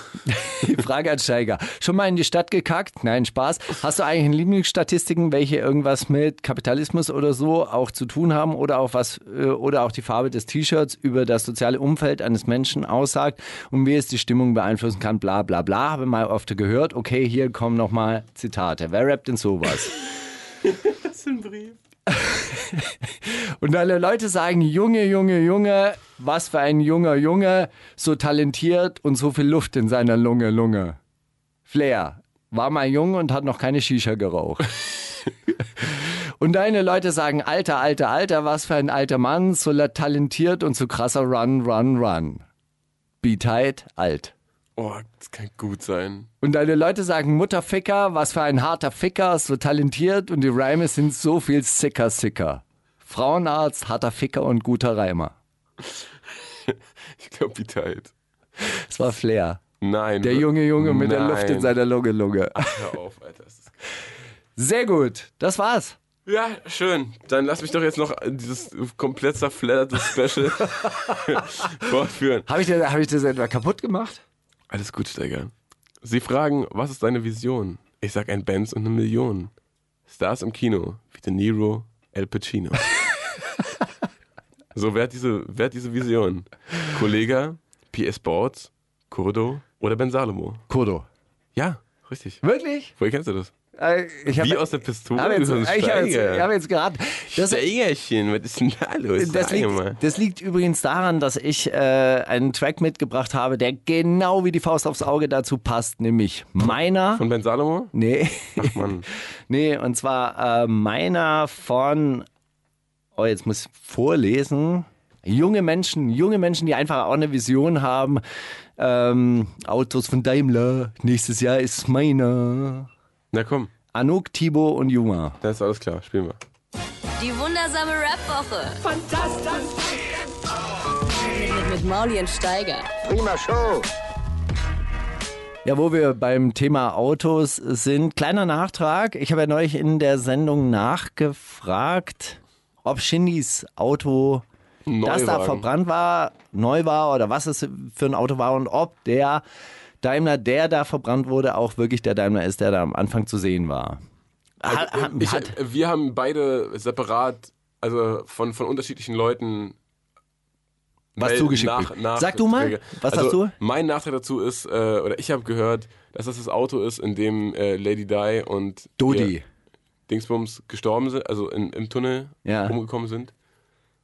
Die Frage an Steiger. Schon mal in die Stadt gekackt? Nein, Spaß. Hast du eigentlich Lieblingsstatistiken, welche irgendwas mit Kapitalismus oder so auch zu tun haben oder auch was äh, oder auch die Farbe des T-Shirts über das soziale Umfeld eines Menschen aussagt und wie es die Stimmung beeinflussen kann? Bla bla bla. Habe mal oft gehört. Okay, hier kommen nochmal Zitate. Wer rappt denn sowas? Und alle Leute sagen, Junge, Junge, Junge, was für ein junger Junge, so talentiert und so viel Luft in seiner Lunge, Lunge. Flair, war mal jung und hat noch keine Shisha geraucht. und deine Leute sagen, alter, alter, alter, was für ein alter Mann, so la- talentiert und so krasser Run, Run, Run. Be tight, alt.
Oh, das kann gut sein.
Und deine Leute sagen, Mutterficker, was für ein harter Ficker, so talentiert und die Reime sind so viel sicker, sicker. Frauenarzt, harter Ficker und guter Reimer.
Ich glaube, die Zeit.
Es war Flair.
Nein.
Der junge Junge mit der Luft in
seinem.
seiner Lunge, Lunge.
Hör auf, Alter. Das ist
Sehr gut, das war's.
ja, schön. Dann lass mich doch jetzt noch dieses komplett
[laughs]
zerfledderte Special [laughs] fortführen.
Habe ich, denn- hab ich das etwa kaputt gemacht?
Alles gut, Steiger. Sie fragen, was ist deine Vision? Ich sag ein Benz und eine Million. Stars im Kino, wie De Niro, El Pacino. so, wer hat, diese, wer hat diese Vision? Kollega, PS Boards, Kurdo oder Ben Salomo?
Kodo.
Ja, richtig.
Wirklich?
Woher kennst du das?
Äh, Ich
Wie aus der Pistole?
hab jetzt,
so ein
ich hab jetzt,
Steiger.
ich hab jetzt geraten. Das,
Steigerchen, was ist denn da los?
das,
Sag mal.
liegt, das liegt übrigens daran, dass ich äh, einen Track mitgebracht habe, der genau wie die Faust aufs Auge dazu passt, nämlich meiner.
Von Ben Salomo?
Nee. [laughs]
Ach Mann.
Nee, und zwar äh, meiner von, oh, jetzt muss ich vorlesen. Junge Menschen, junge Menschen, die einfach auch eine Vision haben. Ähm, Autos von Daimler, nächstes Jahr ist meiner.
Na komm,
Anouk, Tibo und Juma.
dann ist alles klar. Spielen wir.
Die wundersame Rap-Woche. Fantastisch. Mit, mit Mauli und Steiger.
Prima Show.
Ja, wo wir beim Thema Autos sind, kleiner Nachtrag. Ich habe ja neulich in der Sendung nachgefragt, ob Shindys Auto das da
Neuwagen.
verbrannt war, neu war oder was es für ein Auto war und ob der Daimler, der da verbrannt wurde, auch wirklich der Daimler ist, der da am Anfang zu sehen war. Hat, hat,
Ich,
hat,
äh, wir haben beide separat, also von, von unterschiedlichen Leuten.
was
Mel-
zugeschickt.
nach,
wird.
nach
Sag du mal,
Verträge.
was
also,
hast du?
Mein Nachteil dazu ist, äh, oder ich habe gehört, dass das das Auto ist, in dem äh, Lady Di und
Dodi.
ihr Dingsbums gestorben sind, also in, im Tunnel
Ja.
umgekommen sind.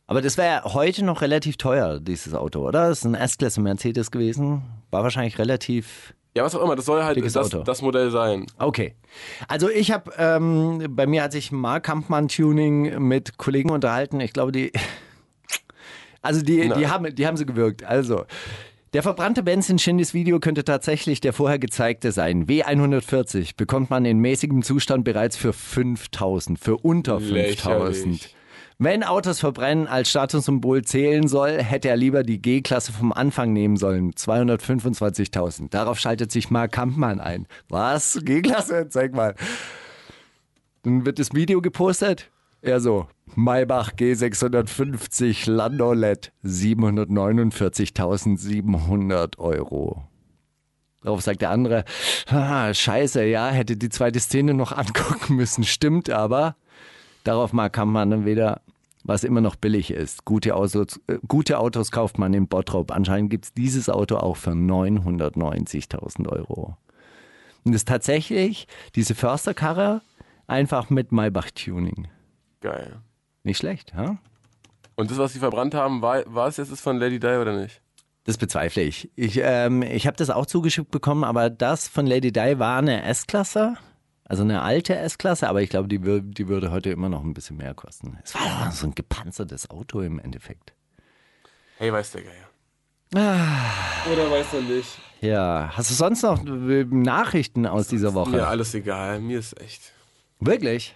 Aber das wäre heute noch relativ teuer, dieses Auto, oder? Das ist ein S-Klasse Mercedes gewesen. War wahrscheinlich relativ
Ja, was auch immer, das soll halt
Dickes
das,
Auto.
das Modell sein.
Okay. Also ich habe, ähm, bei mir hat sich Mark Kampmann-Tuning mit Kollegen unterhalten. Ich glaube, die, [laughs] also die, die,
Nein.
haben, die haben sie gewirkt. Also, der verbrannte Benz in Shindys Video könnte tatsächlich der vorher gezeigte sein. W140 bekommt man in mäßigem Zustand bereits für 5000, für unter 5000.
Lächerlich.
Wenn Autos verbrennen als Statussymbol zählen soll, hätte er lieber die G-Klasse vom Anfang nehmen sollen. 225.000. Darauf schaltet sich Mark Kampmann ein. Was? G-Klasse? Zeig mal. Dann wird das Video gepostet. Er so, Maybach G650 Landaulet 749.700 Euro. Darauf sagt der andere, ah, scheiße, ja, hätte die zweite Szene noch [laughs] angucken müssen, stimmt aber. Darauf mal kann man dann wieder, was immer noch billig ist. Gute Autos, äh, gute Autos kauft man in Bottrop. Anscheinend gibt es dieses Auto auch für 990.000 Euro. Und das ist tatsächlich diese Försterkarre einfach mit Maybach-Tuning.
Geil.
Nicht schlecht, ha?
Und das, was sie verbrannt haben, war, war es jetzt das von Lady Di oder nicht?
Das bezweifle ich. Ich, ähm, ich habe das auch zugeschickt bekommen, aber das von Lady Di war eine S-Klasse, also eine alte S-Klasse, aber ich glaube, die, wür die würde heute immer noch ein bisschen mehr kosten. Es war doch so ein gepanzertes Auto im Endeffekt.
Hey, weiß der Geier.
Ah.
Oder weiß er nicht.
Ja, hast du sonst noch äh, Nachrichten aus dieser Woche?
Mir alles egal, mir ist echt.
Wirklich?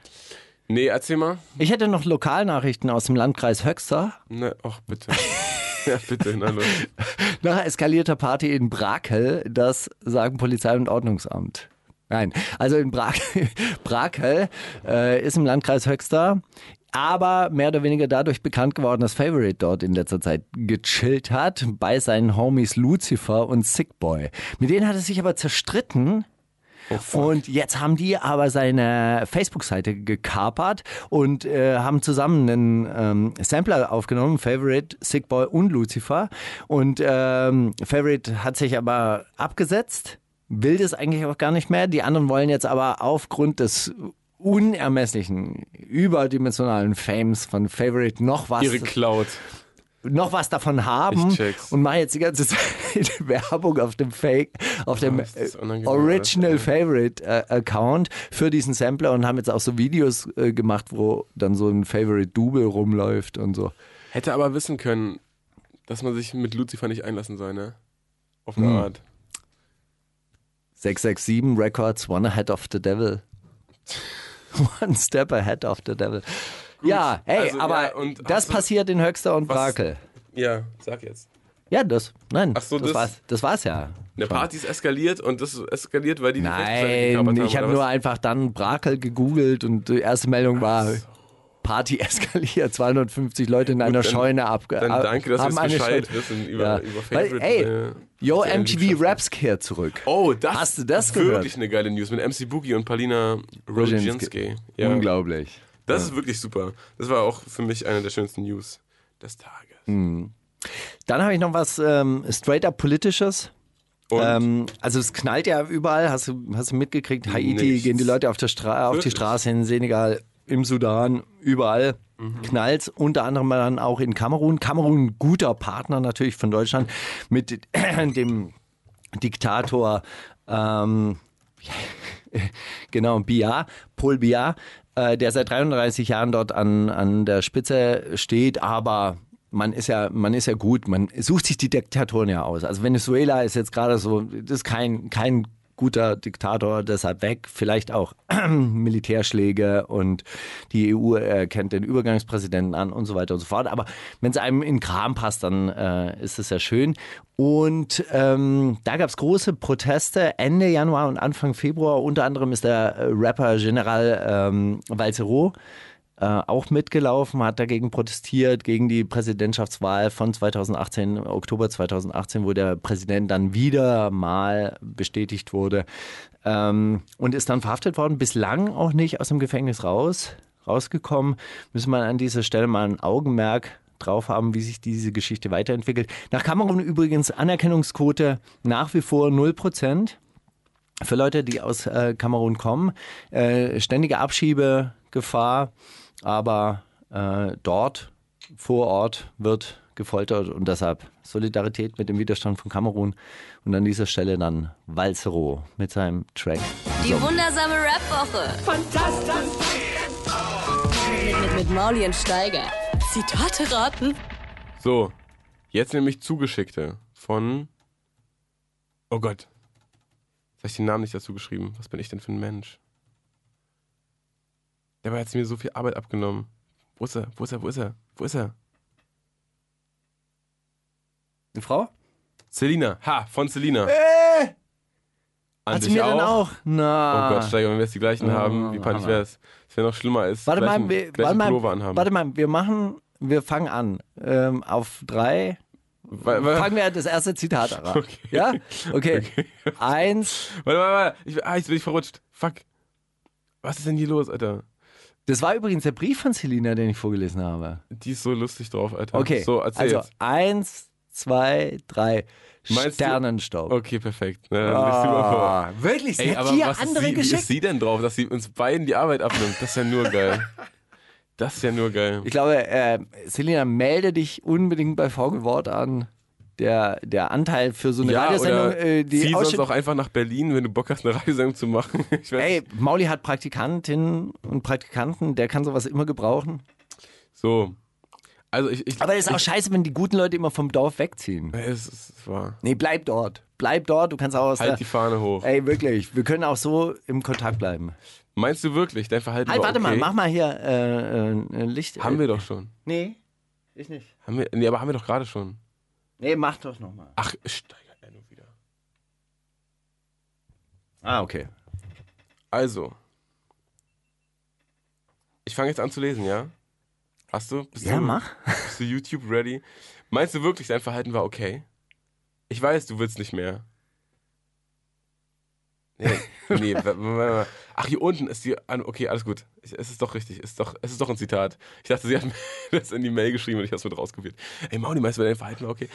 Nee, erzähl mal.
Ich hätte noch Lokalnachrichten aus dem Landkreis Höxter.
Ne, ach
[laughs]
bitte. ja, bitte, na los.
Nach eskalierter Party in Brakel, das sagen Polizei und Ordnungsamt. Nein, also in Brak [laughs] Brakel äh, ist im Landkreis Höxter, aber mehr oder weniger dadurch bekannt geworden, dass Favorite dort in letzter Zeit gechillt hat bei seinen Homies Lucifer und Sickboy. Mit denen hat er sich aber zerstritten. und jetzt haben die aber seine Facebook-Seite gekapert und äh, haben zusammen einen ähm, Sampler aufgenommen, Favorite, Sickboy und Lucifer. Und ähm, Favorite hat sich aber abgesetzt will das eigentlich auch gar nicht mehr. Die anderen wollen jetzt aber aufgrund des unermesslichen, überdimensionalen Fames von Favorite noch was,
Ihre Cloud.
noch was davon haben
Ich check's.
und machen jetzt die ganze [laughs] Zeit Werbung auf dem Fake, auf dem
ist Ah, das
äh,
unangenehm,
Original Favorite äh, Account für diesen Sampler und haben jetzt auch so Videos äh, gemacht, wo dann so ein Favorite Double rumläuft und so.
Hätte aber wissen können, dass man sich mit Lucifer nicht einlassen soll, ne? Auf
Hm.
eine Art.
667 Records, one ahead of the devil. [laughs] one step ahead of the devil. ja, hey,
also,
aber
ja, und
das
hast du-
passiert in Höxter und
Was-
Brakel.
Ja, sag jetzt.
Ja, das, nein,
Ach so,
das,
das-
war's, das war's ja.
Eine
schon.
Party ist eskaliert und das ist eskaliert, weil die die Rechtsseite
Nein,
gekapert haben,
ich habe
oder
nur
was?
einfach dann Brakel gegoogelt und die erste Meldung war Party [laughs] eskaliert, 250 Leute in einer
dann-
Scheune abge.
dann danke, dass
haben
wir's
eine
Bescheid
Scheune-
wissen über- über
Weil,
Favorite, äh,
Ey, Yo
die
MTV
Liegenschaften.
Raps kehrt zurück.
Oh, das
Hast du das
ist
gehört?
wirklich eine geile News mit MC Boogie und Paulina Roginski. Ja,
Unglaublich.
das ist wirklich super. Das war auch für mich eine der schönsten News des Tages.
Dann habe ich noch was ähm, straight up politisches.
Und
Ähm, also es knallt ja überall, hast du, hast du mitgekriegt, Haiti
Nichts.
gehen die Leute auf, der Stra auf die
Wirklich?
Straße in Senegal, im Sudan, überall
Mhm.
knallt unter anderem dann auch in Kamerun. Kamerun, ein guter Partner natürlich von Deutschland mit dem Diktator, ähm, [laughs] genau, Biya, Paul Biya, äh, der seit 33 Jahren dort an, an der Spitze steht, aber man ist ja, man ist ja gut, man sucht sich die Diktatoren ja aus. Also Venezuela ist jetzt gerade so, das ist kein, kein guter Diktator, deshalb weg, vielleicht auch [clears throat] Militärschläge und die E EU erkennt den Übergangspräsidenten an und so weiter und so fort. Aber wenn es einem in den Kram passt, dann äh, ist es ja schön. Und ähm, da gab es große Proteste Ende Januar und Anfang Februar. Unter anderem ist der äh, Rapper General ähm, Valsero äh, auch mitgelaufen, hat dagegen protestiert, gegen die Präsidentschaftswahl von 2018, im Oktober 2018, wo der Präsident dann wieder mal bestätigt wurde ähm, und ist dann verhaftet worden, bislang auch nicht aus dem Gefängnis raus, rausgekommen. Müssen wir an dieser Stelle mal ein Augenmerk drauf haben, wie sich diese Geschichte weiterentwickelt. Nach Kamerun übrigens Anerkennungsquote nach wie vor 0% für Leute, die aus äh, Kamerun kommen. Äh, ständige Abschiebegefahr, aber äh, dort vor Ort wird gefoltert und deshalb Solidarität mit dem Widerstand von Kamerun und an dieser Stelle dann Walzero mit seinem Track.
Die wundersame Rap-Woche. Fantastisch. Mit, mit, mit Mauli und Steiger. Zitate raten.
so, jetzt nämlich Zugeschickte von. Oh Gott. Jetzt habe ich den Namen nicht dazu geschrieben. Was bin ich denn für ein Mensch? Dabei hat sie mir so viel Arbeit abgenommen. Wo ist er? Wo ist er? Wo ist er? Wo ist er?
Eine Frau?
Selina. Ha, von Selina. An
Äh, Hat sie
dich
mir
auch.
dann auch?
Oh
Na.
Gott, Steiger, wenn wir jetzt die gleichen
Ah,
haben, wie peinlich
Hammer.
wäre es. Es wäre noch schlimmer, als
warte
gleichen,
mal, wir,
gleichen
warte, mal
Pullover anhaben.
warte mal, wir machen, wir fangen an. Ähm, auf drei.
Wa- wa-
Fangen wir das erste Zitat an.
[laughs] Okay.
Ja? Okay.
Okay.
Eins.
Warte, warte, warte. Ich, ah, jetzt bin ich verrutscht. Fuck. Was ist denn hier los, Alter?
Das war übrigens der Brief von Selina, den ich vorgelesen habe.
Die ist so lustig drauf, Alter.
Okay.
So, erzähl
also
jetzt.
eins, zwei, drei.
Meinst du-
Sternenstaub.
Okay, perfekt. Na, dann liest du mal vor.
wirklich? Ah. Sie
Ey,
hat
aber
dir
was ist
andere
sie, wie ist
geschickt?
sie denn drauf, dass sie uns beiden die Arbeit abnimmt? Das ist ja nur geil. Das ist ja nur geil.
Ich glaube, äh, Selina, melde dich unbedingt bei VG Wort an. Der, der Anteil für so eine
ja,
Radiosendung,
oder
äh,
zieh
die
sonst
Ausschnitt-
auch einfach nach Berlin, wenn du Bock hast, eine Radiosendung zu machen. [laughs] Ich weiß
Ey, Mauli hat Praktikantinnen und Praktikanten, der kann sowas immer gebrauchen.
So. Also ich, ich
Aber es ist auch scheiße, wenn die guten Leute immer vom Dorf wegziehen.
es ist wahr.
Nee, bleib dort. Bleib dort, du kannst auch aus
Halt
der-
die Fahne hoch.
Ey, wirklich, wir können auch so im Kontakt bleiben.
Meinst du wirklich, dein Verhalten
Halt,
war
warte mal,
okay?
mach mal hier äh, äh, ein Licht.
Haben wir doch schon.
Nee, ich nicht.
Haben wir, nee, aber haben wir doch gerade schon.
Nee, mach doch nochmal.
Ach, steigert er nur wieder.
Ah, okay.
Also. Ich fange jetzt an zu lesen, ja? Hast du? Bist
Ja,
du,
mach.
Bist du YouTube ready? Meinst du wirklich, dein Verhalten war okay? Ich weiß, du willst nicht mehr. Nee, nee, w- w- w- ach, hier unten ist die. an- Okay, alles gut. Ich, es ist doch richtig. Es ist doch, es ist doch ein Zitat. Ich dachte, sie hat mir [laughs] das in die Mail geschrieben und ich habe es mit rauskopiert. Ey, Mauli, meinst du, dein Verhalten war okay?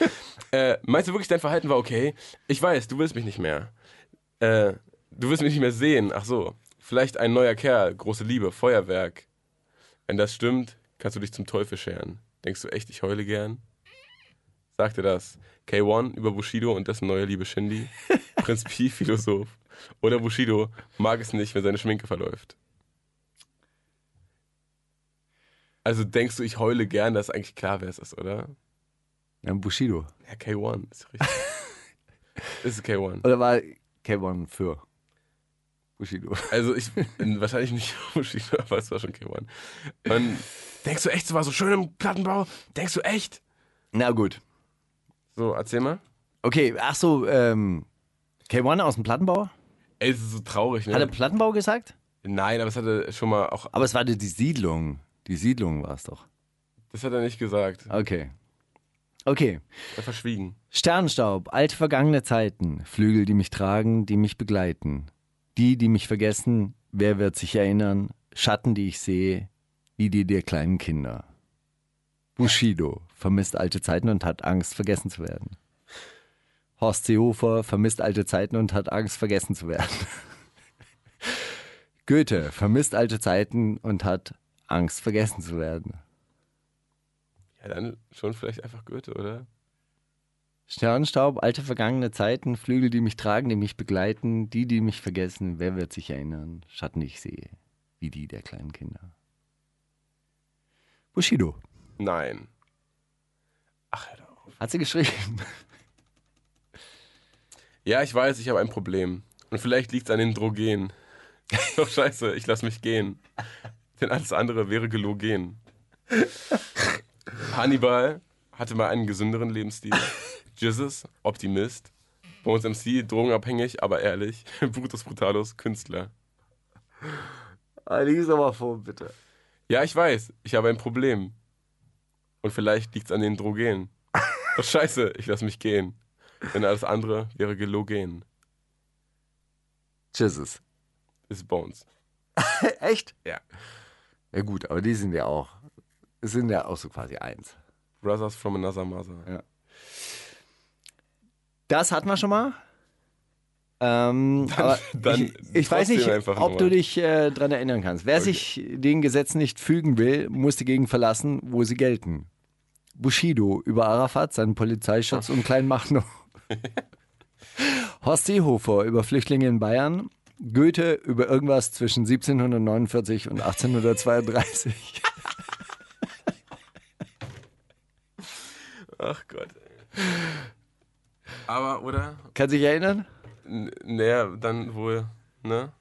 äh, meinst du wirklich, dein Verhalten war okay? Ich weiß, du willst mich nicht mehr. Äh, du willst mich nicht mehr sehen. Ach so. Vielleicht ein neuer Kerl, große Liebe, Feuerwerk. Wenn das stimmt, kannst du dich zum Teufel scheren. Denkst du echt, ich heule gern? Sagte das K1 über Bushido und dessen neue Liebe Shindy, Prinz Pi Philosoph. Oder Bushido mag es nicht, wenn seine Schminke verläuft. Also denkst du, ich heule gern, dass eigentlich klar, wer es ist, oder?
Ja, Bushido.
Ja, K1 ist richtig. ist K1.
Oder war K1 für Bushido? [laughs]
Also ich wahrscheinlich nicht [laughs] Bushido, aber es war schon K1. Und denkst du echt, es war so schön im Plattenbau? Denkst du echt?
Na gut.
So, erzähl mal.
Okay, ach so, ähm, K1 aus dem Plattenbau?
Ey, es ist so traurig, ne?
Hat er Plattenbau gesagt?
Nein, aber es hatte schon mal auch.
Aber es war die die Siedlung. Die Siedlung war es doch.
Das hat er nicht gesagt.
Okay. Okay.
Er verschwiegen.
Sternstaub, alte vergangene Zeiten, Flügel, die mich tragen, die mich begleiten. Die, die mich vergessen, wer wird sich erinnern? Schatten, die ich sehe, wie die der kleinen Kinder. Bushido vermisst alte Zeiten und hat Angst, vergessen zu werden. Horst Seehofer vermisst alte Zeiten und hat Angst, vergessen zu werden. [laughs] Goethe vermisst alte Zeiten und hat Angst, vergessen zu werden.
Ja, dann schon vielleicht einfach Goethe, oder?
Sternstaub, alte vergangene Zeiten, Flügel, die mich tragen, die mich begleiten, die, die mich vergessen, wer wird sich erinnern? Schatten, die ich sehe, wie die der kleinen Kinder. Bushido,
Nein. Ach, hör doch auf.
hat sie [laughs] geschrieben.
Ja, ich weiß, ich habe ein Problem. Und vielleicht liegt es an den Drogen. [laughs] Doch scheiße, ich lass mich gehen. Denn alles andere wäre gelogen. Hannibal hatte mal einen gesünderen Lebensstil. Jesus, Optimist. Bei uns MC, drogenabhängig, aber ehrlich. [laughs] Brutus Brutalus, Künstler.
Lies aber vor, bitte.
Ja, ich weiß, ich habe ein Problem. Und vielleicht liegt's an den Drogen. Doch scheiße, ich lass mich gehen. Denn alles andere wäre gelogen.
Jesus.
Ist Bones.
E, Echt?
Ja.
Ja gut, aber die sind ja auch, sind ja auch so quasi eins.
Brothers from another mother.
Das hatten wir schon mal. Ähm, aber
dann
ich, ich weiß
trotzdem
nicht,
einfach
ob du
nochmal.
dich äh, dran erinnern kannst. Wer sich den Gesetzen nicht fügen will, muss die Gegend verlassen, wo sie gelten. Bushido über Arafat, seinen Polizeischutz und
[laughs]
Kleinmachnow. Horst Seehofer über Flüchtlinge in Bayern. Goethe über irgendwas zwischen 1749 und [laughs] 1832.
Ach Gott. ey. Aber, oder?
Kannst du dich erinnern?
N- Naja, dann wohl, ne?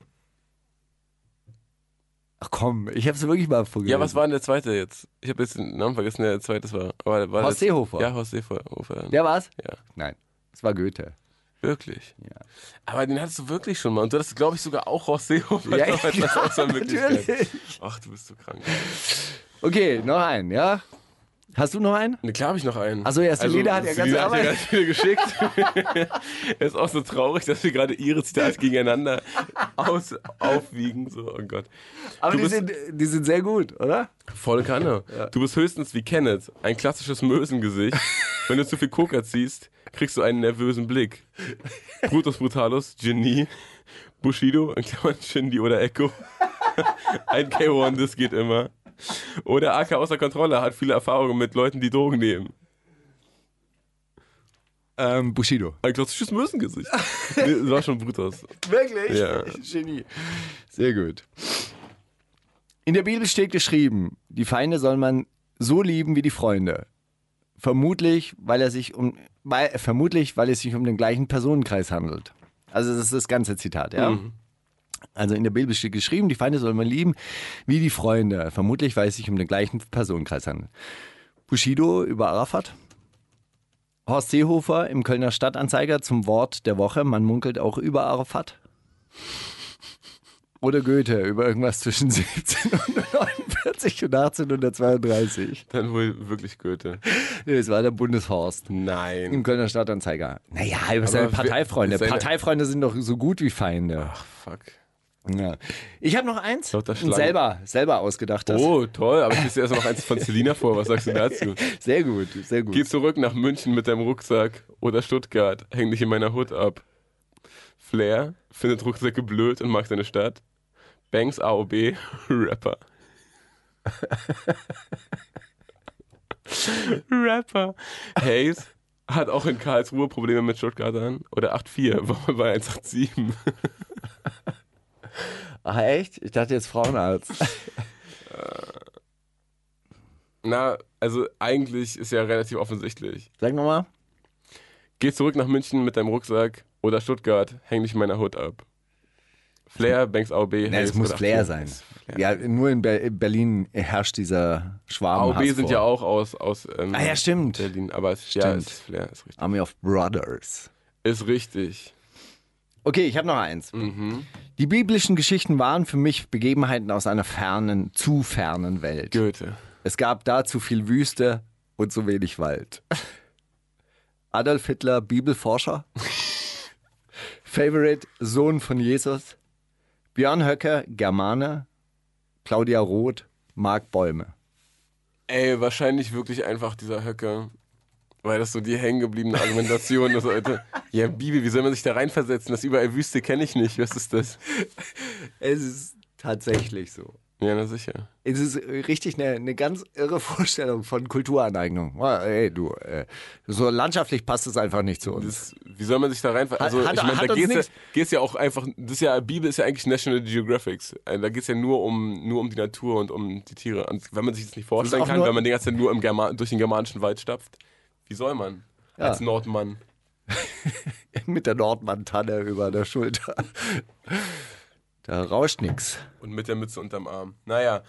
Ach komm, ich habe es wirklich mal vorgelesen.
Ja, was war denn der zweite jetzt? Ich habe jetzt den Namen vergessen, der zweite war. Aber war
Horst
der-
Seehofer.
Ja, Horst Seehofer.
Der war's?
Ja.
Nein, es war Goethe.
Wirklich. Aber den hattest du wirklich schon mal. Und du hattest, glaube ich, sogar auch Horst Seehofer.
Ja,
damals als
klar,
Auswahlmöglichkeit.
[laughs] natürlich.
Ach, du bist so krank.
Okay, noch einen, ja? Hast du noch einen?
Ne, klar habe ich noch einen. Also,
Ach so, ja, Selina hat ja ganze
Selina hat ja
Arbeit.
ganz viele geschickt. [laughs] ist auch so traurig, dass wir gerade ihre Zitate gegeneinander aus, aufwiegen. So, oh Gott.
Aber
Du
die
bist-
sind, die sind sehr gut, oder?
Volle Kanne. Du bist höchstens wie Kenneth, ein klassisches Mösengesicht. Wenn du zu viel Coca ziehst, kriegst du einen nervösen Blick. Brutus Brutalus, Genie, Bushido, in Klammern Shindy oder Echo. [laughs] Ein K1, das geht immer. Oder AK außer Kontrolle, hat viele Erfahrungen mit Leuten, die Drogen nehmen.
Ähm, Bushido.
Ein klassisches Mösengesicht. Nee, das war schon Brutus.
Wirklich?
Ja.
[laughs] Genie. Sehr gut. In der Bibel steht geschrieben, die Feinde soll man so lieben wie die Freunde. Vermutlich, weil er sich um weil, vermutlich, weil es sich um den gleichen Personenkreis handelt. Also das ist das ganze Zitat, ja. Also in der Bibel steht geschrieben, die Feinde soll man lieben wie die Freunde. Vermutlich, weil es sich um den gleichen Personenkreis handelt. Bushido über Arafat. Horst Seehofer im Kölner Stadtanzeiger zum Wort der Woche. Man munkelt auch über Arafat. Oder Goethe über irgendwas zwischen [laughs] 1749 und 1832.
Dann wohl wirklich Goethe.
Nee, es war der Bundeshorst. Im
Nein.
Kölner Stadtanzeiger. Naja, über seine
wer-
Parteifreunde.
seine-
Parteifreunde sind doch so gut wie Feinde.
Ach, fuck.
Ja. Ich habe noch eins.
Lauter
und
Schlangen.
selber, selber ausgedacht. [laughs] Das.
Oh, toll, aber ich lese dir erst noch eins von Selina vor. Was sagst du dazu?
Sehr gut, sehr gut.
Geh zurück nach München mit deinem Rucksack oder Stuttgart. Häng dich in meiner Hut ab. Flair findet Rucksäcke blöd und mag seine Stadt. Banks AOB, [laughs] Rapper. Rapper. Hayes hat auch in Karlsruhe Probleme mit Stuttgartern. Oder [laughs] 8-4, war mal bei 187.
Ach echt? Ich dachte jetzt Frauenarzt.
Na, also eigentlich ist ja relativ offensichtlich.
Sag nochmal.
Geh zurück nach München mit deinem Rucksack oder Stuttgart, häng dich in meiner Hut ab. Flair, Banks
[laughs]
AOB,
Nee, es
Hayes
muss
oder
Flair
8-4.
sein.
Es ist Flair.
Ja, nur in Ber Berlin herrscht dieser Schwarm.
AOB sind ja auch aus, aus ähm,
Ah ja, stimmt.
Berlin, aber es, ja,
Stimmt.
es ist Flair, ist richtig.
Army of Brothers.
Ist richtig.
Okay, ich habe noch eins. Die biblischen Geschichten waren für mich Begebenheiten aus einer fernen, zu fernen Welt.
Goethe.
Es gab da zu viel Wüste und zu wenig Wald. Adolf Hitler, [laughs] Bibelforscher. Favorite, Sohn von Jesus. Björn Höcke, Germane. Claudia Roth, Mark Bäume.
Ey, wahrscheinlich wirklich einfach dieser Höcke. Weil das so die hängengebliebene Argumentation
[laughs]
ist heute. Ja, Bibel, wie soll man sich da reinversetzen? Das überall Wüste kenne ich nicht. Was ist das?
Es ist tatsächlich so.
Ja, na sicher.
Es ist äh, richtig eine, eine ganz irre [laughs] Vorstellung von Kulturaneignung. Oh, Ey, du, äh, so landschaftlich passt es einfach nicht zu uns.
Das, wie soll man sich da rein? Also
hat-
ich meine,
hat
da
uns
geht's ja,
nichts-
geht's ja auch einfach. Das ist ja Bibel ist ja eigentlich National Geographics. Äh, Da geht's ja nur um nur um die Natur und um die Tiere. Und wenn man sich das nicht vorstellen
auch
kann,
nur-
wenn man den ganzen Tag nur im Germa durch den germanischen Wald stapft, wie soll man als Nordmann?
[laughs] Mit der Nordmantanne über der Schulter. Da rauscht nix.
Und mit der Mütze unterm Arm. Naja,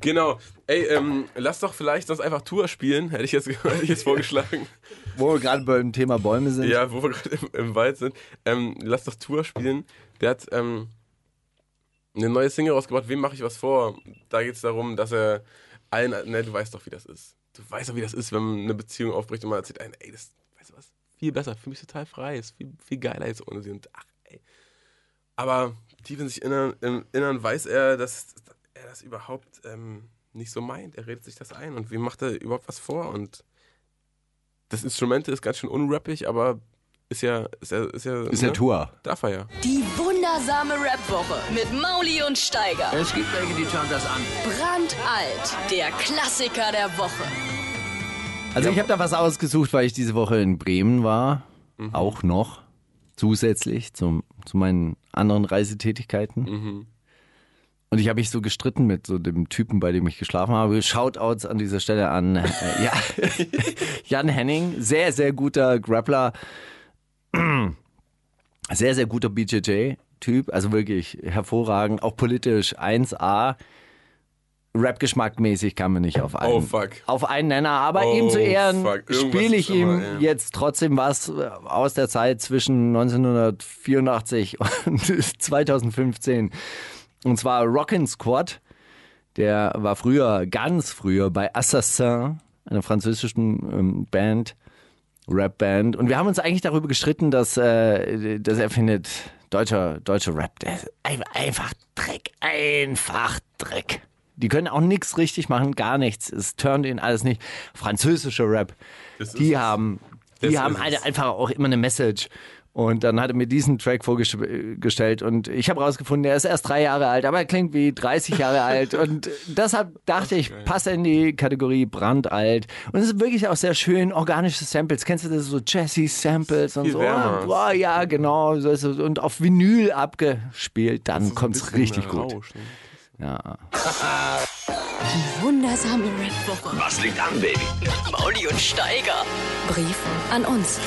genau. Ey, ähm, lass doch vielleicht sonst einfach Tour spielen, hätte ich jetzt, [laughs] hätte ich jetzt vorgeschlagen.
Wo wir gerade beim Thema Bäume sind.
ja, wo wir gerade im, im Wald sind. Ähm, lass doch Tour spielen. Der hat ähm, eine neue Single rausgebracht. Wem mache ich was vor? Da geht es darum, dass er allen. Ne, du weißt doch, wie das ist. Du weißt doch, wie das ist, wenn man eine Beziehung aufbricht und man erzählt einen, ey, das, weißt du was? Viel besser, für mich total frei, ist viel, viel geiler jetzt ohne sie. Und ach, ey. Aber tief in sich innern, im Innern weiß er, dass er das überhaupt ähm, nicht so meint. Er redet sich das ein und wem macht er überhaupt was vor? Und das Instrumente ist ganz schön unrappig, aber ist ja. Ist ja, ist ja,
Ist ja
ne?
Tour.
Darf er ja.
Die wundersame Rap-Woche mit Mauli und Steiger.
Es gibt welche, die schauen das an.
Brandalt, der Klassiker der Woche.
Also ich habe da was ausgesucht, weil ich diese Woche in Bremen war.
Mhm.
Auch noch. Zusätzlich zum, zu meinen anderen Reisetätigkeiten.
Mhm.
Und ich habe mich so gestritten mit so dem Typen, bei dem ich geschlafen habe. Shoutouts an dieser Stelle an äh,
[laughs]
ja, Jan Henning. Sehr, sehr guter Grappler. Sehr, sehr guter BJJ-Typ. Also wirklich hervorragend. Auch politisch 1A. Rap-Geschmack mäßig kam mir nicht auf einen,
Oh, fuck.
auf einen Nenner. Aber
Oh,
ihm zu Ehren
fuck. Irgendwas
spiele ich
ist immer,
ihm
ey.
jetzt trotzdem was äh, aus der Zeit zwischen 1984 [laughs] und 2015. Und zwar Rockin' Squad. Der war früher, ganz früher bei Assassin, einer französischen ähm, Band, Rap-Band. Und wir haben uns eigentlich darüber gestritten, dass, äh, dass er findet, deutscher, deutscher Rap, der ist ein- einfach Dreck, einfach Dreck. Die können auch nichts richtig machen, gar nichts. Es turnt ihnen alles nicht. Französischer Rap,
Das
die
ist-
haben,
das
die haben
ist
alle
es.
einfach auch immer eine Message. Und dann hat er mir diesen Track vorgestellt und ich habe rausgefunden, er ist erst drei Jahre alt, aber er klingt wie 30
[laughs]
Jahre alt. Und deshalb dachte ich, passt er in die Kategorie brandalt. Und es ist wirklich auch sehr schön, organische Samples. Kennst du das so Jazzy-Samples und
Viel
so?
wärmer.
Boah, ja, genau. So ist es. Und auf Vinyl abgespielt, dann
Das ist ein
kommt's
bisschen äh,
richtig
ein
gut.
Rausch, ne?
Ja.
Wundersame Rap-Woche. Was liegt an, Baby? Mauli und Steiger.
Brief an uns.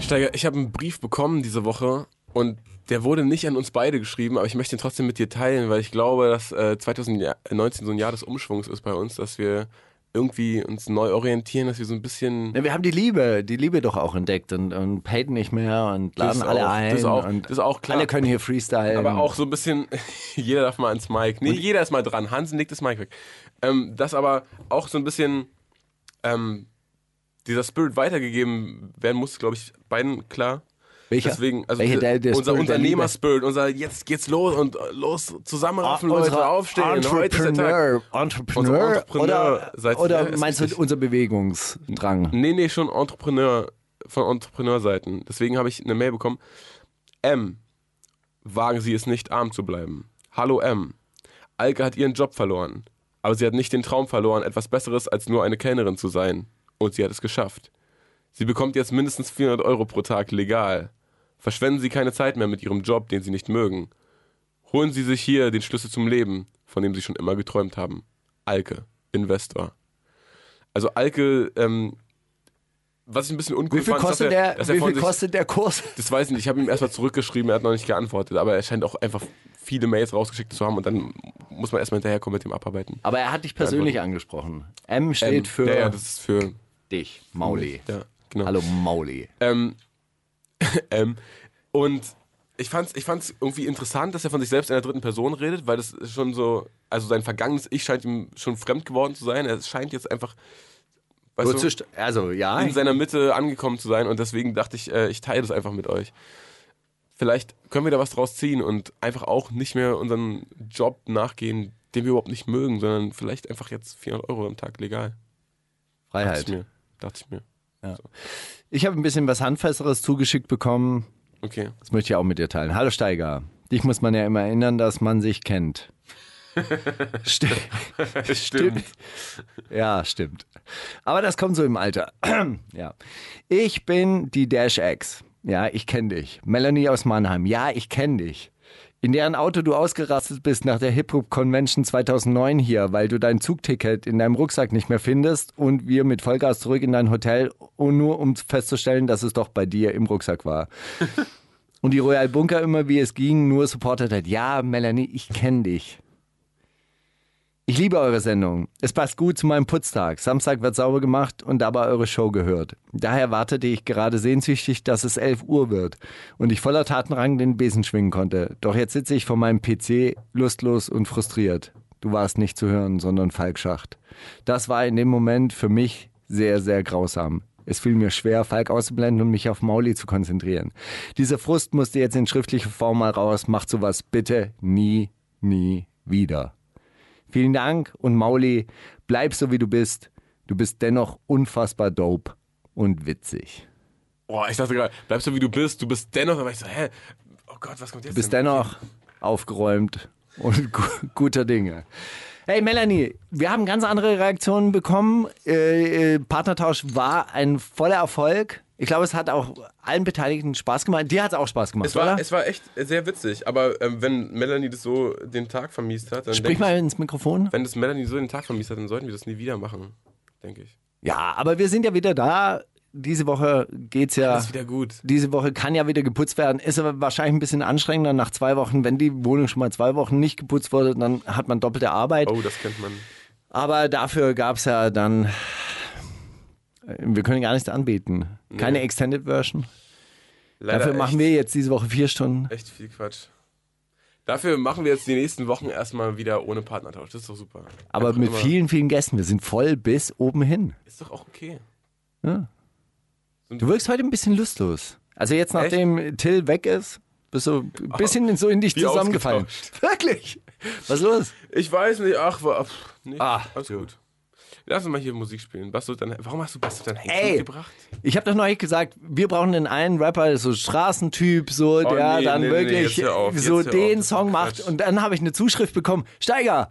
Steiger, ich habe einen Brief bekommen diese Woche und der wurde nicht an uns beide geschrieben, aber ich möchte ihn trotzdem mit dir teilen, weil ich glaube, dass äh, 2019 so ein Jahr des Umschwungs ist bei uns, dass wir irgendwie uns neu orientieren, dass wir so ein bisschen...
Ja, wir haben die Liebe, die Liebe doch auch entdeckt und, und paid nicht mehr und
Das
laden alle
auch,
ein.
das auch,
und
das ist auch klar.
Alle können hier freestylen.
Aber auch so ein bisschen, [laughs] jeder darf mal ans Mic. Nee, jeder ist mal dran. Hansen legt das Mic weg. Ähm, dass aber auch so ein bisschen ähm, dieser Spirit weitergegeben werden muss, glaube ich, beiden klar.
Welcher?
Deswegen, also
Welcher
diese-
der- der
unser
Spirit der
Unternehmerspirit, unser jetzt geht's los und äh, los
Ah,
zusammenraffen, Leute,
Unsere
aufstehen. Heute ist der Tag.
Entrepreneur, Entrepreneur,
Unser Entrepreneur
oder,
seit-
oder
ja, ist
meinst du
richtig.
unser Bewegungsdrang?
Äh, Nee, nee, schon Entrepreneur, von Entrepreneurseiten. Deswegen habe ich eine Mail bekommen. M. Wagen Sie es nicht, arm zu bleiben. Hallo M. Alke hat ihren Job verloren. Aber sie hat nicht den Traum verloren, etwas Besseres als nur eine Kellnerin zu sein. Und sie hat es geschafft. Sie bekommt jetzt mindestens 400 Euro pro Tag legal. Verschwenden Sie keine Zeit mehr mit Ihrem Job, den Sie nicht mögen. Holen Sie sich hier den Schlüssel zum Leben, von dem Sie schon immer geträumt haben. Alke, Investor. Also Alke, ähm, was ich ein bisschen uncool
Wie viel
fand,
kostet
dass er,
der,
dass er
wie
von
viel
sich-
kostet der Kurs?
das weiß ich nicht. Ich habe ihm erstmal zurückgeschrieben, er hat noch nicht geantwortet. Aber er scheint auch einfach viele Mails rausgeschickt zu haben und dann muss man erstmal hinterherkommen mit dem Abarbeiten.
Aber er hat dich persönlich angesprochen. M steht
Ähm,
für
Ja, ja, das ist für.
dich, Mauli.
Ja, genau.
Hallo Mauli.
Ähm, ähm, und ich fand's, ich fand's irgendwie interessant, dass er von sich selbst in der dritten Person redet, weil das ist schon so, also sein vergangenes Ich scheint ihm schon fremd geworden zu sein. Er scheint jetzt einfach. weißt
Kurze St- also ja,
in seiner Mitte angekommen zu sein und deswegen dachte ich, äh, ich teile das einfach mit euch. Vielleicht können wir da was draus ziehen und einfach auch nicht mehr unseren Job nachgehen, den wir überhaupt nicht mögen, sondern vielleicht einfach jetzt 400 Euro am Tag legal. Dachte ich
Freiheit.
mir. Dachte ich mir.
Ich habe ein bisschen was Handfesteres zugeschickt bekommen.
Okay.
Das möchte ich auch mit dir teilen. Hallo Steiger. Dich muss man ja immer erinnern, dass man sich kennt. Ste-
Stimmt.
Ja, stimmt. Aber das kommt so im Alter. [clears throat] ja. Ich bin die Dash X. Ja, ich kenne dich. Melanie aus Mannheim. Ja, ich kenne dich. In deren Auto du ausgerastet bist nach der Hip Hop Convention 2009 hier, weil du dein Zugticket in deinem Rucksack nicht mehr findest und wir mit Vollgas zurück in dein Hotel, und nur um festzustellen, dass es doch bei dir im Rucksack war und die Royal Bunker immer, wie es ging, nur supportet hat. Ja, Melanie, ich kenne dich. Ich liebe eure Sendung. Es passt gut zu meinem Putztag. Samstag wird sauber gemacht und dabei eure Show gehört. Daher wartete ich gerade sehnsüchtig, dass es 11 Uhr wird und ich voller Tatenrang den Besen schwingen konnte. Doch jetzt sitze ich vor meinem PC lustlos und frustriert. Du warst nicht zu hören, sondern Falkschacht. Das war in dem Moment für mich sehr, sehr grausam. Es fiel mir schwer, Falk auszublenden und mich auf Mauli zu konzentrieren. Dieser Frust musste jetzt in schriftlicher Form mal raus. Macht sowas bitte nie, nie wieder. Vielen Dank und Mauli, bleib so wie du bist. Du bist dennoch unfassbar dope und witzig.
Boah, ich dachte gerade, bleibst du wie du bist, du bist dennoch, aber ich so, hä? Oh Gott, was kommt jetzt?
Du bist
denn?
dennoch aufgeräumt und [laughs] gu guter Dinge. Hey Melanie, wir haben ganz andere Reaktionen bekommen. Äh, äh, Partnertausch war ein voller Erfolg. Ich glaube, es hat auch allen Beteiligten Spaß gemacht. Dir hat es auch Spaß gemacht,
es war,
oder?
es war echt sehr witzig, aber ähm, wenn Melanie das so den Tag vermiest hat, dann
Sprich
denk
mal ins Mikrofon.
ich, wenn das Melanie so den Tag vermiest hat, dann sollten wir das nie wieder machen, denke ich.
Ah. Ja, aber wir sind ja wieder da. Diese Woche geht's ja.
Ist wieder gut.
Diese Woche kann ja wieder geputzt werden. Ist aber wahrscheinlich ein bisschen anstrengender nach zwei Wochen. Wenn die Wohnung schon mal zwei Wochen nicht geputzt wurde, dann hat man doppelte Arbeit.
Oh, das kennt man.
Aber dafür gab es ja dann. Wir können gar nichts anbieten. Keine Extended Version.
Leider
dafür machen
echt.
wir jetzt diese Woche vier Stunden.
Echt viel Quatsch. Dafür machen wir jetzt die nächsten Wochen erstmal wieder ohne Partnertausch. Das ist doch super.
Aber
Einfach
mit
immer-
vielen, vielen Gästen. Wir sind voll bis oben hin.
Ist doch auch okay.
Du wirkst heute ein bisschen lustlos. Also jetzt,
Echt? Oh.
nachdem Till weg ist, bist du ein bisschen so in dich
wie
zusammengefallen. Wirklich? Was ist los?
Ich weiß nicht, ach, war, pff, nee,
Ah,
alles gut. Lass uns mal hier Musik spielen. Bas wird dann, warum hast du Bas dann
Ey.
Hengst gebracht?
Ich habe doch neulich gesagt, wir brauchen den einen Rapper, so Straßentyp, so
Oh,
der
nee,
dann
nee, nee,
wirklich
jetzt hör auf, jetzt
so
hör auf,
den
das ist
Song
doch
macht.
Quatsch.
Und dann habe ich eine Zuschrift bekommen: Steiger,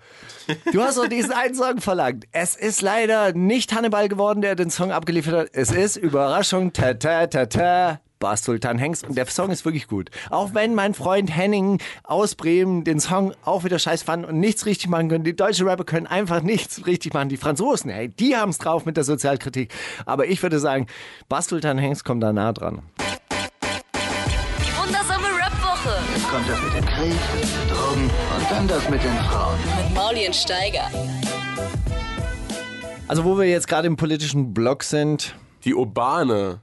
du hast doch diesen einen Song verlangt. Es ist leider nicht Hannibal geworden, der den Song abgeliefert hat. Es ist Überraschung, ta ta ta ta. Bars Sultan Hanks und der Song ist wirklich gut. Auch wenn mein Freund Henning aus Bremen den Song auch wieder scheiß fand und nichts richtig machen können. Die deutschen Rapper können einfach nichts richtig machen. Die Franzosen, hey, die haben es drauf mit der Sozialkritik. Aber ich würde sagen, Bars Sultan Hanks kommt da nah dran.
Die wundersame Rap-Woche
Kommt das mit dem Krieg, Drogen und dann das mit den Frauen.
mit Mauli und Steiger.
Also wo wir jetzt gerade im politischen Block sind,
Die Urbane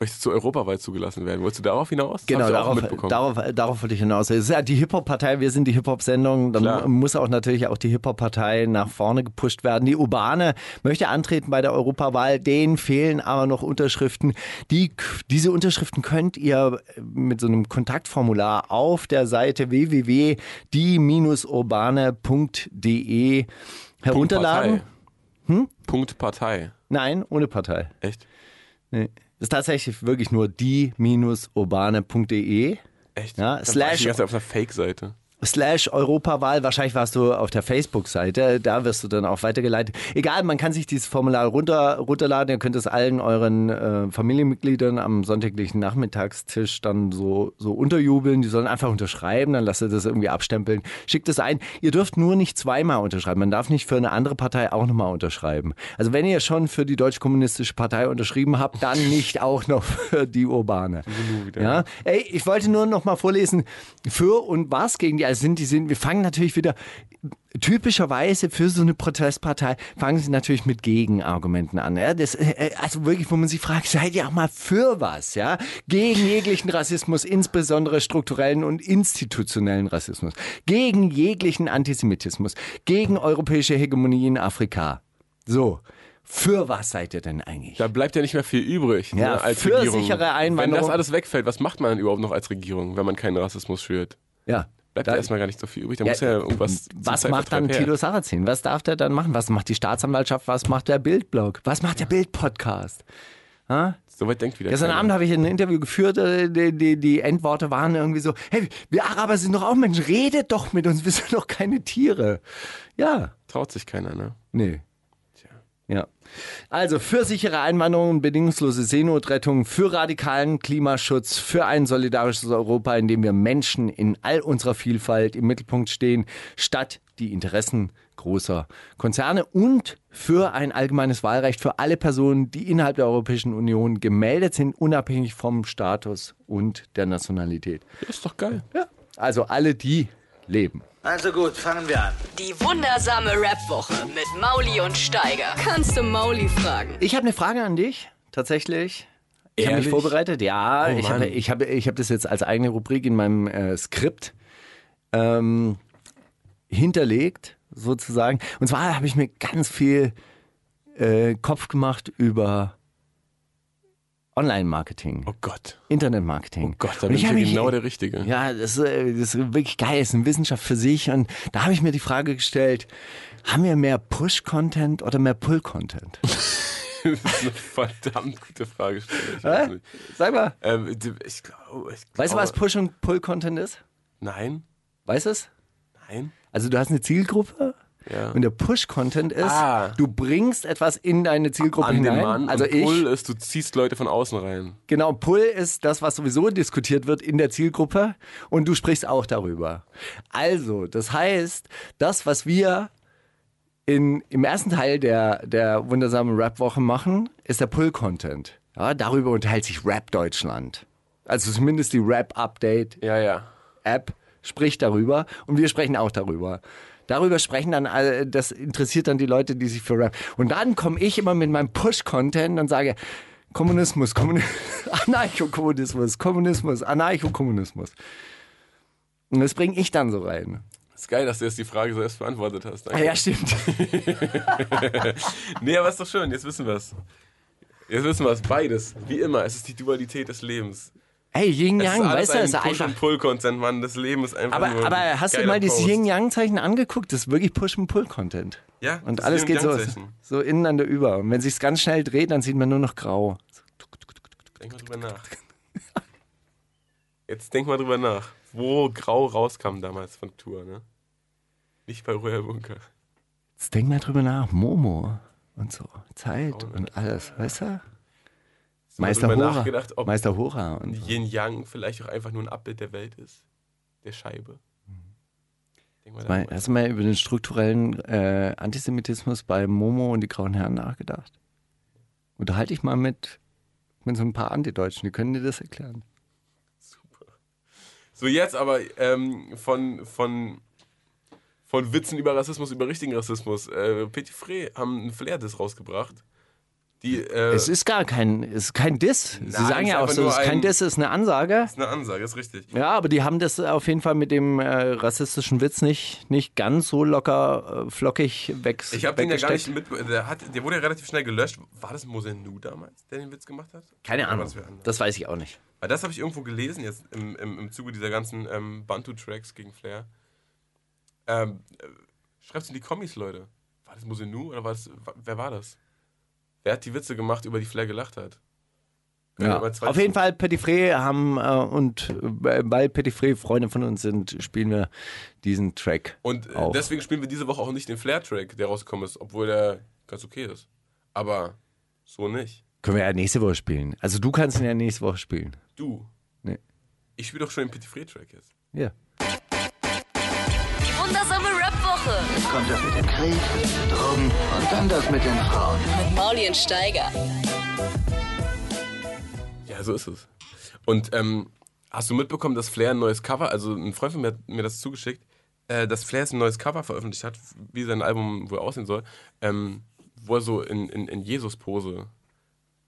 möchte zu europaweit zugelassen werden. Wolltest du darauf hinaus? Das
Genau,
hab ich auch
darauf,
mitbekommen.
darauf, äh, darauf wollte ich hinaus. Es ist ja die Hip-Hop-Partei, wir sind die Hip-Hop-Sendung. Dann
Klar.
muss auch natürlich auch die Hip-Hop-Partei nach vorne gepusht werden. Die Urbane möchte antreten bei der Europawahl. Denen fehlen aber noch Unterschriften. Die, diese Unterschriften könnt ihr äh, mit so einem Kontaktformular auf der Seite www.die-urbane.de herunterladen.
Partei.
Hm?
Punkt Partei.
Nein, ohne Partei.
Echt?
Nee. Ist tatsächlich wirklich nur die-urbane.de.
Echt?
Ja,
Dann war ich
slash
die ganze Zeit auf einer Fake-Seite.
slash Europawahl. Wahrscheinlich warst du auf der Facebook-Seite. Da wirst du dann auch weitergeleitet. Egal, man kann sich dieses Formular runter, runterladen. Ihr könnt es allen euren äh, Familienmitgliedern am sonntäglichen Nachmittagstisch dann so, so unterjubeln. Die sollen einfach unterschreiben. Dann lasst ihr das irgendwie abstempeln. Schickt es ein. Ihr dürft nur nicht zweimal unterschreiben. Man darf nicht für eine andere Partei auch nochmal unterschreiben. Also wenn ihr schon für die Deutsche Kommunistische Partei unterschrieben habt, dann nicht auch noch für die Urbane. Ja? Ey, ich wollte nur noch mal vorlesen, für und was gegen die, also sind die sind, wir fangen natürlich wieder typischerweise für so eine Protestpartei fangen sie natürlich mit Gegenargumenten an. Ja? Das, äh, also wirklich, wo man sich fragt, seid ihr auch mal für was? Ja? Gegen jeglichen Rassismus, insbesondere strukturellen und institutionellen Rassismus. Gegen jeglichen Antisemitismus. Gegen europäische Hegemonie in Afrika. So. Für was seid ihr denn eigentlich?
Da bleibt ja nicht mehr viel übrig
Ja,
ne, als
für
Regierung.
sichere Einwanderung.
Wenn das alles wegfällt, was macht man dann überhaupt noch als Regierung, wenn man keinen Rassismus führt?
Ja.
Bleibt da erstmal gar nicht so viel übrig. Da muss ja irgendwas. zum
äh, was macht dann
Zeitvertreib her.
Tilo Sarrazin? Was darf der dann machen? Was macht die Staatsanwaltschaft? Was macht der Bildblog? Was macht der Bildpodcast?
So weit denkt wieder.
Gestern
keiner.
Abend habe ich ein Interview geführt, äh, die, die, die Endworte waren irgendwie so, hey, wir Araber sind doch auch Menschen, redet doch mit uns, wir sind doch keine Tiere. Ja,
Traut sich keiner, ne?
nee. Ja. Also für sichere Einwanderung, bedingungslose Seenotrettung, für radikalen Klimaschutz, für ein solidarisches Europa, in dem wir Menschen in all unserer Vielfalt im Mittelpunkt stehen, statt die Interessen großer Konzerne und für ein allgemeines Wahlrecht für alle Personen, die innerhalb der Europäischen Union gemeldet sind, unabhängig vom Status und der Nationalität.
Das ist doch geil.
Ja. Also alle, die leben.
Also gut, fangen wir an.
Die wundersame Rap-Woche mit Mauli und Steiger. Kannst du Mauli fragen?
Ich habe eine Frage an dich, tatsächlich. Ich habe mich
Ehrlich?
vorbereitet, ja.
Oh
ich
Mann.
habe ich hab, ich hab das jetzt als eigene Rubrik in meinem äh, Skript ähm, hinterlegt, sozusagen. Und zwar habe ich mir ganz viel äh, Kopf gemacht über Online-Marketing,
Oh Gott.
Internet-Marketing.
Oh Gott, da
Und
bin
ich
ich ja
habe mich-
genau der Richtige.
ja, das, äh, das ist wirklich geil, das ist eine Wissenschaft für sich. Und da habe ich mir die Frage gestellt, haben wir mehr Push-Content oder mehr Pull-Content?
[laughs] Das ist eine verdammt gute Frage. Ich weiß [laughs] nicht.
Sag mal.
Ähm, ich glaub, ich glaub,
Weißt du, was Push- und Pull-Content ist?
Nein,
Weißt du es?
nein.
Also du hast eine Zielgruppe
Ja.
und der Push-Content ist,
Ah.
du bringst etwas in deine Zielgruppe
An
hinein.
den Mann.
also
und
ich,
Pull ist, du ziehst Leute von außen rein.
genau, Pull ist das, was sowieso diskutiert wird in der Zielgruppe und du sprichst auch darüber. Also, das heißt, das, was wir in, im ersten Teil der, der wundersamen Rap-Woche machen, ist der Pull-Content. Ja, darüber unterhält sich Rap Deutschland. Also zumindest die Rap-Update
Ja, ja.
App spricht darüber und wir sprechen auch darüber. Darüber sprechen dann alle, das interessiert dann die Leute, die sich für Rap. Und dann komme ich immer mit meinem Push-Content und sage, Kommunismus, Kommuni [laughs] Anarchokommunismus, Kommunismus, Anarchokommunismus. Und das bringe ich dann so rein.
Ist geil, dass du jetzt die Frage selbst beantwortet hast.
Ah
Danke.
ja, stimmt.
Nee, aber ist doch schön. Jetzt wissen wir es. Jetzt wissen wir es. Beides. Wie immer. Es ist die Dualität des Lebens.
Hey,
Es
Yin-Yang,
ist alles
weißt du,
ein
das ist
Push-
einfach...
und Pull-Content, Mann. Das Leben ist einfach
Aber,
nur ein
aber hast du
geiler
mal dieses
Post.
Yin-Yang-Zeichen angeguckt? Das ist wirklich Push- und Pull-Content.
Ja,
Und
das
alles
Yin-
geht so,
Yang-Zeichen.
so ineinander über. Und wenn sich's ganz schnell dreht, dann sieht man nur noch grau.
Denk mal drüber nach. Jetzt denk mal drüber nach, wo Grau rauskam damals von Tour, ne? Nicht bei Royal Bunker.
Jetzt denk mal drüber nach. Momo und so. Zeit und alles. Weißt du? Meister
darüber
Hora.
nachgedacht, ob
Meister Hora. Und so.
Yin Yang vielleicht auch einfach nur ein Abbild der Welt ist, der Scheibe.
Mhm.
Denk mal
Mal-
darüber
Hast du mal über den strukturellen äh, Antisemitismus bei Momo und die Grauen Herren nachgedacht? Unterhalte ich mal mit, mit so ein paar Antideutschen, die können dir das erklären.
So, jetzt aber ähm, von, von, von Witzen über Rassismus, über richtigen Rassismus. Äh, Petit Frey haben ein Flair-Diss rausgebracht. Die, äh,
Es ist gar kein, es ist kein Diss. Sie
Nein,
sagen
es ist
ja auch
einfach
so,
nur
es ist kein
ein-
Diss, es ist eine Ansage.
ist eine Ansage, ist richtig.
Ja, aber die haben das auf jeden Fall mit dem äh, rassistischen Witz nicht, nicht ganz so locker äh, flockig weg.
Ich habe den ja gar
weggesteckt.
nicht mitbekommen. Der, hat- der wurde ja relativ schnell gelöscht. War das Mosenu damals, der den Witz gemacht hat?
Keine
Oder war
Ahnung.
das wer anderes?
Das weiß ich auch nicht.
Weil Ah, das habe ich irgendwo gelesen jetzt im, im, im Zuge dieser ganzen ähm, Bantu-Tracks gegen Flair. Ähm, äh, Schreibt's in die Kommis, Leute. War das Mosenu oder war das, wa- wer war das? Wer hat die Witze gemacht, über die Flair gelacht hat? Könnt ihr
Ja.
mal zwei-
Auf jeden Fall, Petit Frey haben äh, und äh, weil Petit Frey Freunde von uns sind, spielen wir diesen Track.
Und äh,
auf.
deswegen spielen wir diese Woche auch nicht den Flair-Track, der rausgekommen ist, obwohl der ganz okay ist. Aber so nicht.
Können wir ja nächste Woche spielen. Also du kannst ihn ja nächste Woche spielen.
Du.
Nee.
Ich spiele doch schon den Petit Free-Track jetzt.
Ja.
Die wundersame Rap-Woche
Kommt das mit dem Krieg, Drogen und dann das mit den Frauen.
mit Mauli und Steiger.
Ja, so ist es. Und ähm, hast du mitbekommen, dass Flair ein neues Cover, also ein Freund von mir hat mir das zugeschickt, äh, dass Flair jetzt ein neues Cover veröffentlicht hat, wie sein Album wohl aussehen soll, ähm, wo er so in, in, in Jesus-Pose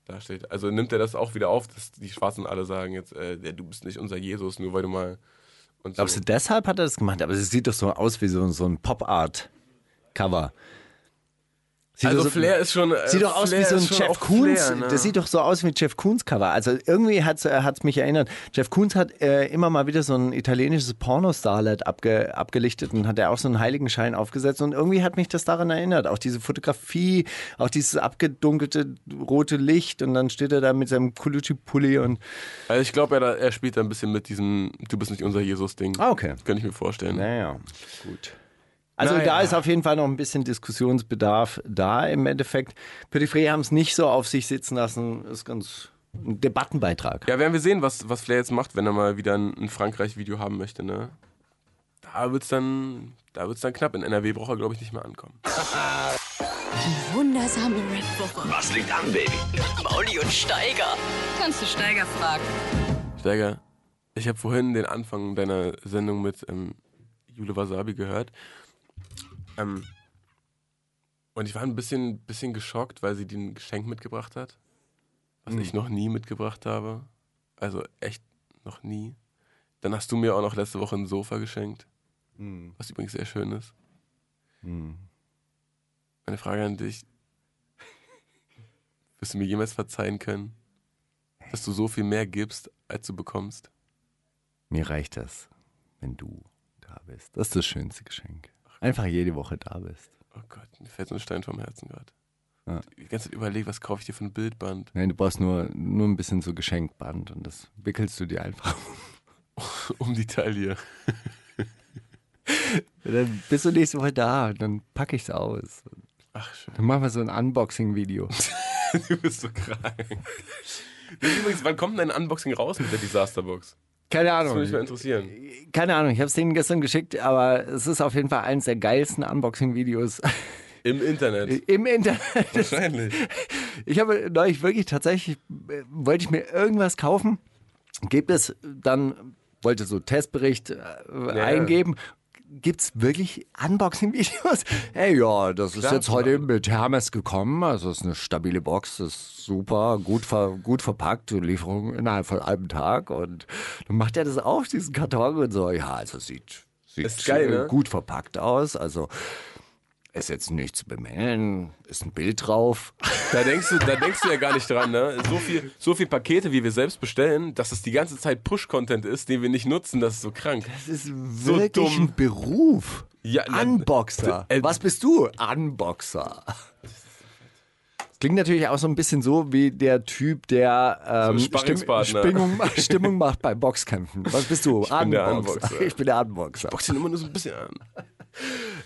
dasteht. Also nimmt er das auch wieder auf, dass die Schwarzen alle sagen jetzt, äh, der, du bist nicht unser Jesus, nur weil du mal... Und so.
Glaubst du, deshalb hat er das gemacht? Aber es sieht doch so aus wie so, so ein Pop-Art-Cover. Sieht doch
also
so-
Flair ist schon... Äh,
Sieht doch aus
Flair
wie so
ist
ein
schon
Jeff
auch
Koons.
Flair, ne?
Das sieht doch so aus wie ein Jeff Koons Cover. Also irgendwie hat es mich erinnert. Jeff Koons hat äh, immer mal wieder so ein italienisches Pornostarlet abge, abgelichtet und hat er auch so einen Heiligenschein aufgesetzt. Und irgendwie hat mich das daran erinnert. Auch diese Fotografie, auch dieses abgedunkelte rote Licht. Und dann steht er da mit seinem Colucci-Pulli und.
also ich glaube, er, er spielt da ein bisschen mit diesem Du bist nicht unser Jesus-Ding.
Ah, okay.
Könnte ich mir vorstellen.
Naja, gut. Also
Naja.
da ist auf jeden Fall noch ein bisschen Diskussionsbedarf da im Endeffekt. Petit Frey haben es nicht so auf sich sitzen lassen. Ist ganz ein Debattenbeitrag.
Ja, werden wir sehen, was, was Flair jetzt macht, wenn er mal wieder ein, ein Frankreich-Video haben möchte, ne? Da wird's dann, da wird's dann knapp. In NRW braucht er, glaube ich, nicht mehr ankommen.
Die wundersame Rap-Woche. Was liegt an, Baby? Mit Mauli und Steiger. Kannst du Steiger fragen?
Steiger, ich habe vorhin den Anfang deiner Sendung mit ähm, Jule Wasabi gehört. Ähm, und ich war ein bisschen, bisschen geschockt, weil sie den Geschenk mitgebracht hat, was ich noch nie mitgebracht habe. Also echt noch nie. Dann hast du mir auch noch letzte Woche ein Sofa geschenkt, was übrigens sehr schön ist. Meine Frage an dich. [laughs] Wirst du mir jemals verzeihen können? dass du so viel mehr gibst, als du bekommst.
Mir reicht das, wenn du da bist. Das ist das schönste Geschenk. Einfach jede Woche da bist.
Oh Gott, mir fällt so ein Stein vom Herzen gerade.
Ja.
Die ganze Zeit überlegt, was kaufe ich dir für ein Bildband? [laughs]
Nein, du brauchst nur, nur ein bisschen so Geschenkband und das wickelst du dir einfach. [laughs]
Um die Taille. [laughs]
Und Dann bist du nächste Woche da und dann packe ich es aus.
Ach, schön.
Dann machen wir so ein [laughs] Unboxing-Video.
Du bist so krank. Das ist Übrigens, wann kommt denn ein Unboxing raus mit der Disasterbox?
Keine
Das würde mich mal
Ahnung.
interessieren.
Keine Ahnung, ich habe es denen gestern geschickt, aber es ist auf jeden Fall eines der geilsten Unboxing-Videos [laughs]
Im Internet.
im Internet.
Wahrscheinlich.
Ich habe neulich wirklich tatsächlich, äh, wollte ich mir irgendwas kaufen, gibt es dann, wollte so Testbericht äh, eingeben. Gibt es wirklich
[laughs]
Unboxing-Videos? Hey, ja, das ist
Klar,
jetzt
klar.
heute mit Hermes gekommen. Also, es ist eine stabile Box, das ist super, gut, ver gut verpackt, die Lieferung innerhalb von einem Tag. Und dann macht er das auf, diesen Karton, und so, ja, also sieht, sieht
Ist geil,
äh,
ne?
gut verpackt aus. Also, ist jetzt nichts zu bemängeln, ist ein Bild drauf.
Da denkst, du, da denkst du ja gar nicht dran, ne? So viel, so viel Pakete, wie wir selbst bestellen, dass es die ganze Zeit Push-Content ist, den wir nicht nutzen, das ist so krank.
Das ist
So
wirklich
dumm.
ein Beruf.
Ja, na,
Unboxer.
d- äh,
Was bist du? Unboxer. Klingt natürlich auch so ein bisschen so wie der Typ, der ähm,
So ein
[laughs]
Sparringspartner.
Stimmung, Stimmung macht bei Boxkämpfen. Was bist du?
bin der Unboxer.
Ich bin der Unboxer.
Box ihn immer nur so ein bisschen an.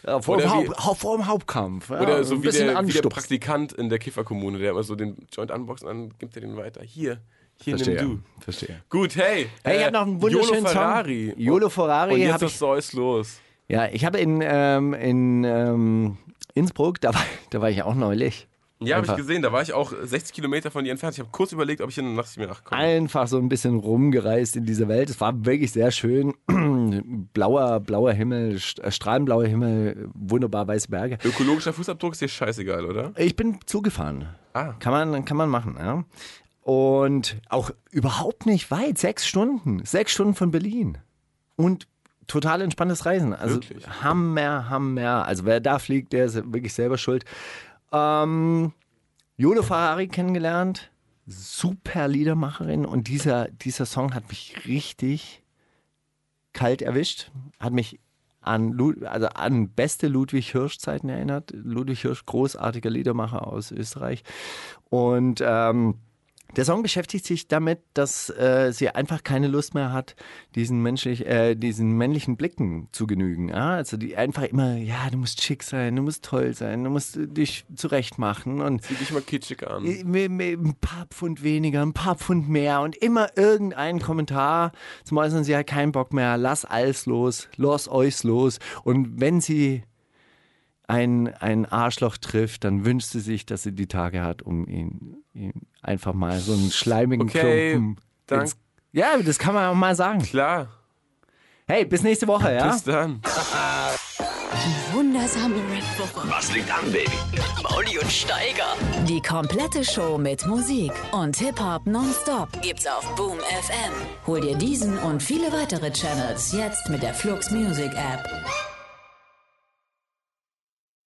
Äh, vor,
Oder
dem
wie-
Haupt, hau- vor dem Hauptkampf. Ja,
Oder so
ein
wie der,
bisschen
wie der
anstupsen.
Praktikant in der Kifferkommune, der immer so den Joint unboxt und dann gibt er den weiter. Hier, hier
Verstehe.
nimm
Verstehe.
du. Gut, hey.
Hey, ich
äh,
hab noch einen wunderschönen
Jolo Ferrari.
Song. Jolo Ferrari
Und
hab
jetzt
ich-
ist Zeus los.
Ja, ich habe in, ähm, in ähm, Innsbruck, da war, da war ich auch neulich.
Ja, habe ich
Einfach.
gesehen. Da war ich auch 60 Kilometer von dir entfernt. Ich habe kurz überlegt, ob ich in der Nacht mir nachkomme.
Einfach so ein bisschen rumgereist in dieser Welt. Es war wirklich sehr schön. [clears throat] blauer, blauer Himmel, st- äh, strahlenblauer Himmel, wunderbar weiße Berge.
Ökologischer Fußabdruck ist dir scheißegal, oder?
Ich bin zugefahren.
Ah.
Kann man, kann man machen, ja. Und auch überhaupt nicht weit. Sechs Stunden. Sechs Stunden von Berlin. Und total entspanntes Reisen. Also
Wirklich?
Hammer, Hammer. Also wer da fliegt, der ist wirklich selber schuld. Ähm, Jolo Ferrari kennengelernt. Super Liedermacherin. Und dieser, dieser Song hat mich richtig kalt erwischt. Hat mich an, Lud also an beste Ludwig Hirsch-Zeiten erinnert. Ludwig Hirsch, großartiger Liedermacher aus Österreich. Und ähm, der Song beschäftigt sich damit, dass äh, sie einfach keine Lust mehr hat, diesen, menschlich, äh, diesen männlichen Blicken zu genügen. Ja? Also die einfach immer, ja, du musst schick sein, du musst toll sein, du musst äh, dich zurecht machen und
Zieh dich mal kitschig an.
äh, mi- mi- ein paar Pfund weniger, ein paar Pfund mehr und immer irgendein Kommentar. Zum Äußern, sie hat keinen Bock mehr, lass alles los, los euch los. Und wenn sie ein, ein Arschloch trifft, dann wünscht sie sich, dass sie die Tage hat, um ihn, ihn einfach mal so einen schleimigen
Okay,
Klumpen.
dank-
ins- Ja, das kann man auch mal sagen.
Klar,
Hey, bis nächste Woche, ja?
bis dann.
Wundersame Red Booker. Was liegt an, Baby? Mauli und Steiger.
Die komplette Show mit Musik und Hip-Hop nonstop gibt's auf Boom FM. Hol dir diesen und viele weitere Channels jetzt mit der Flux Music App.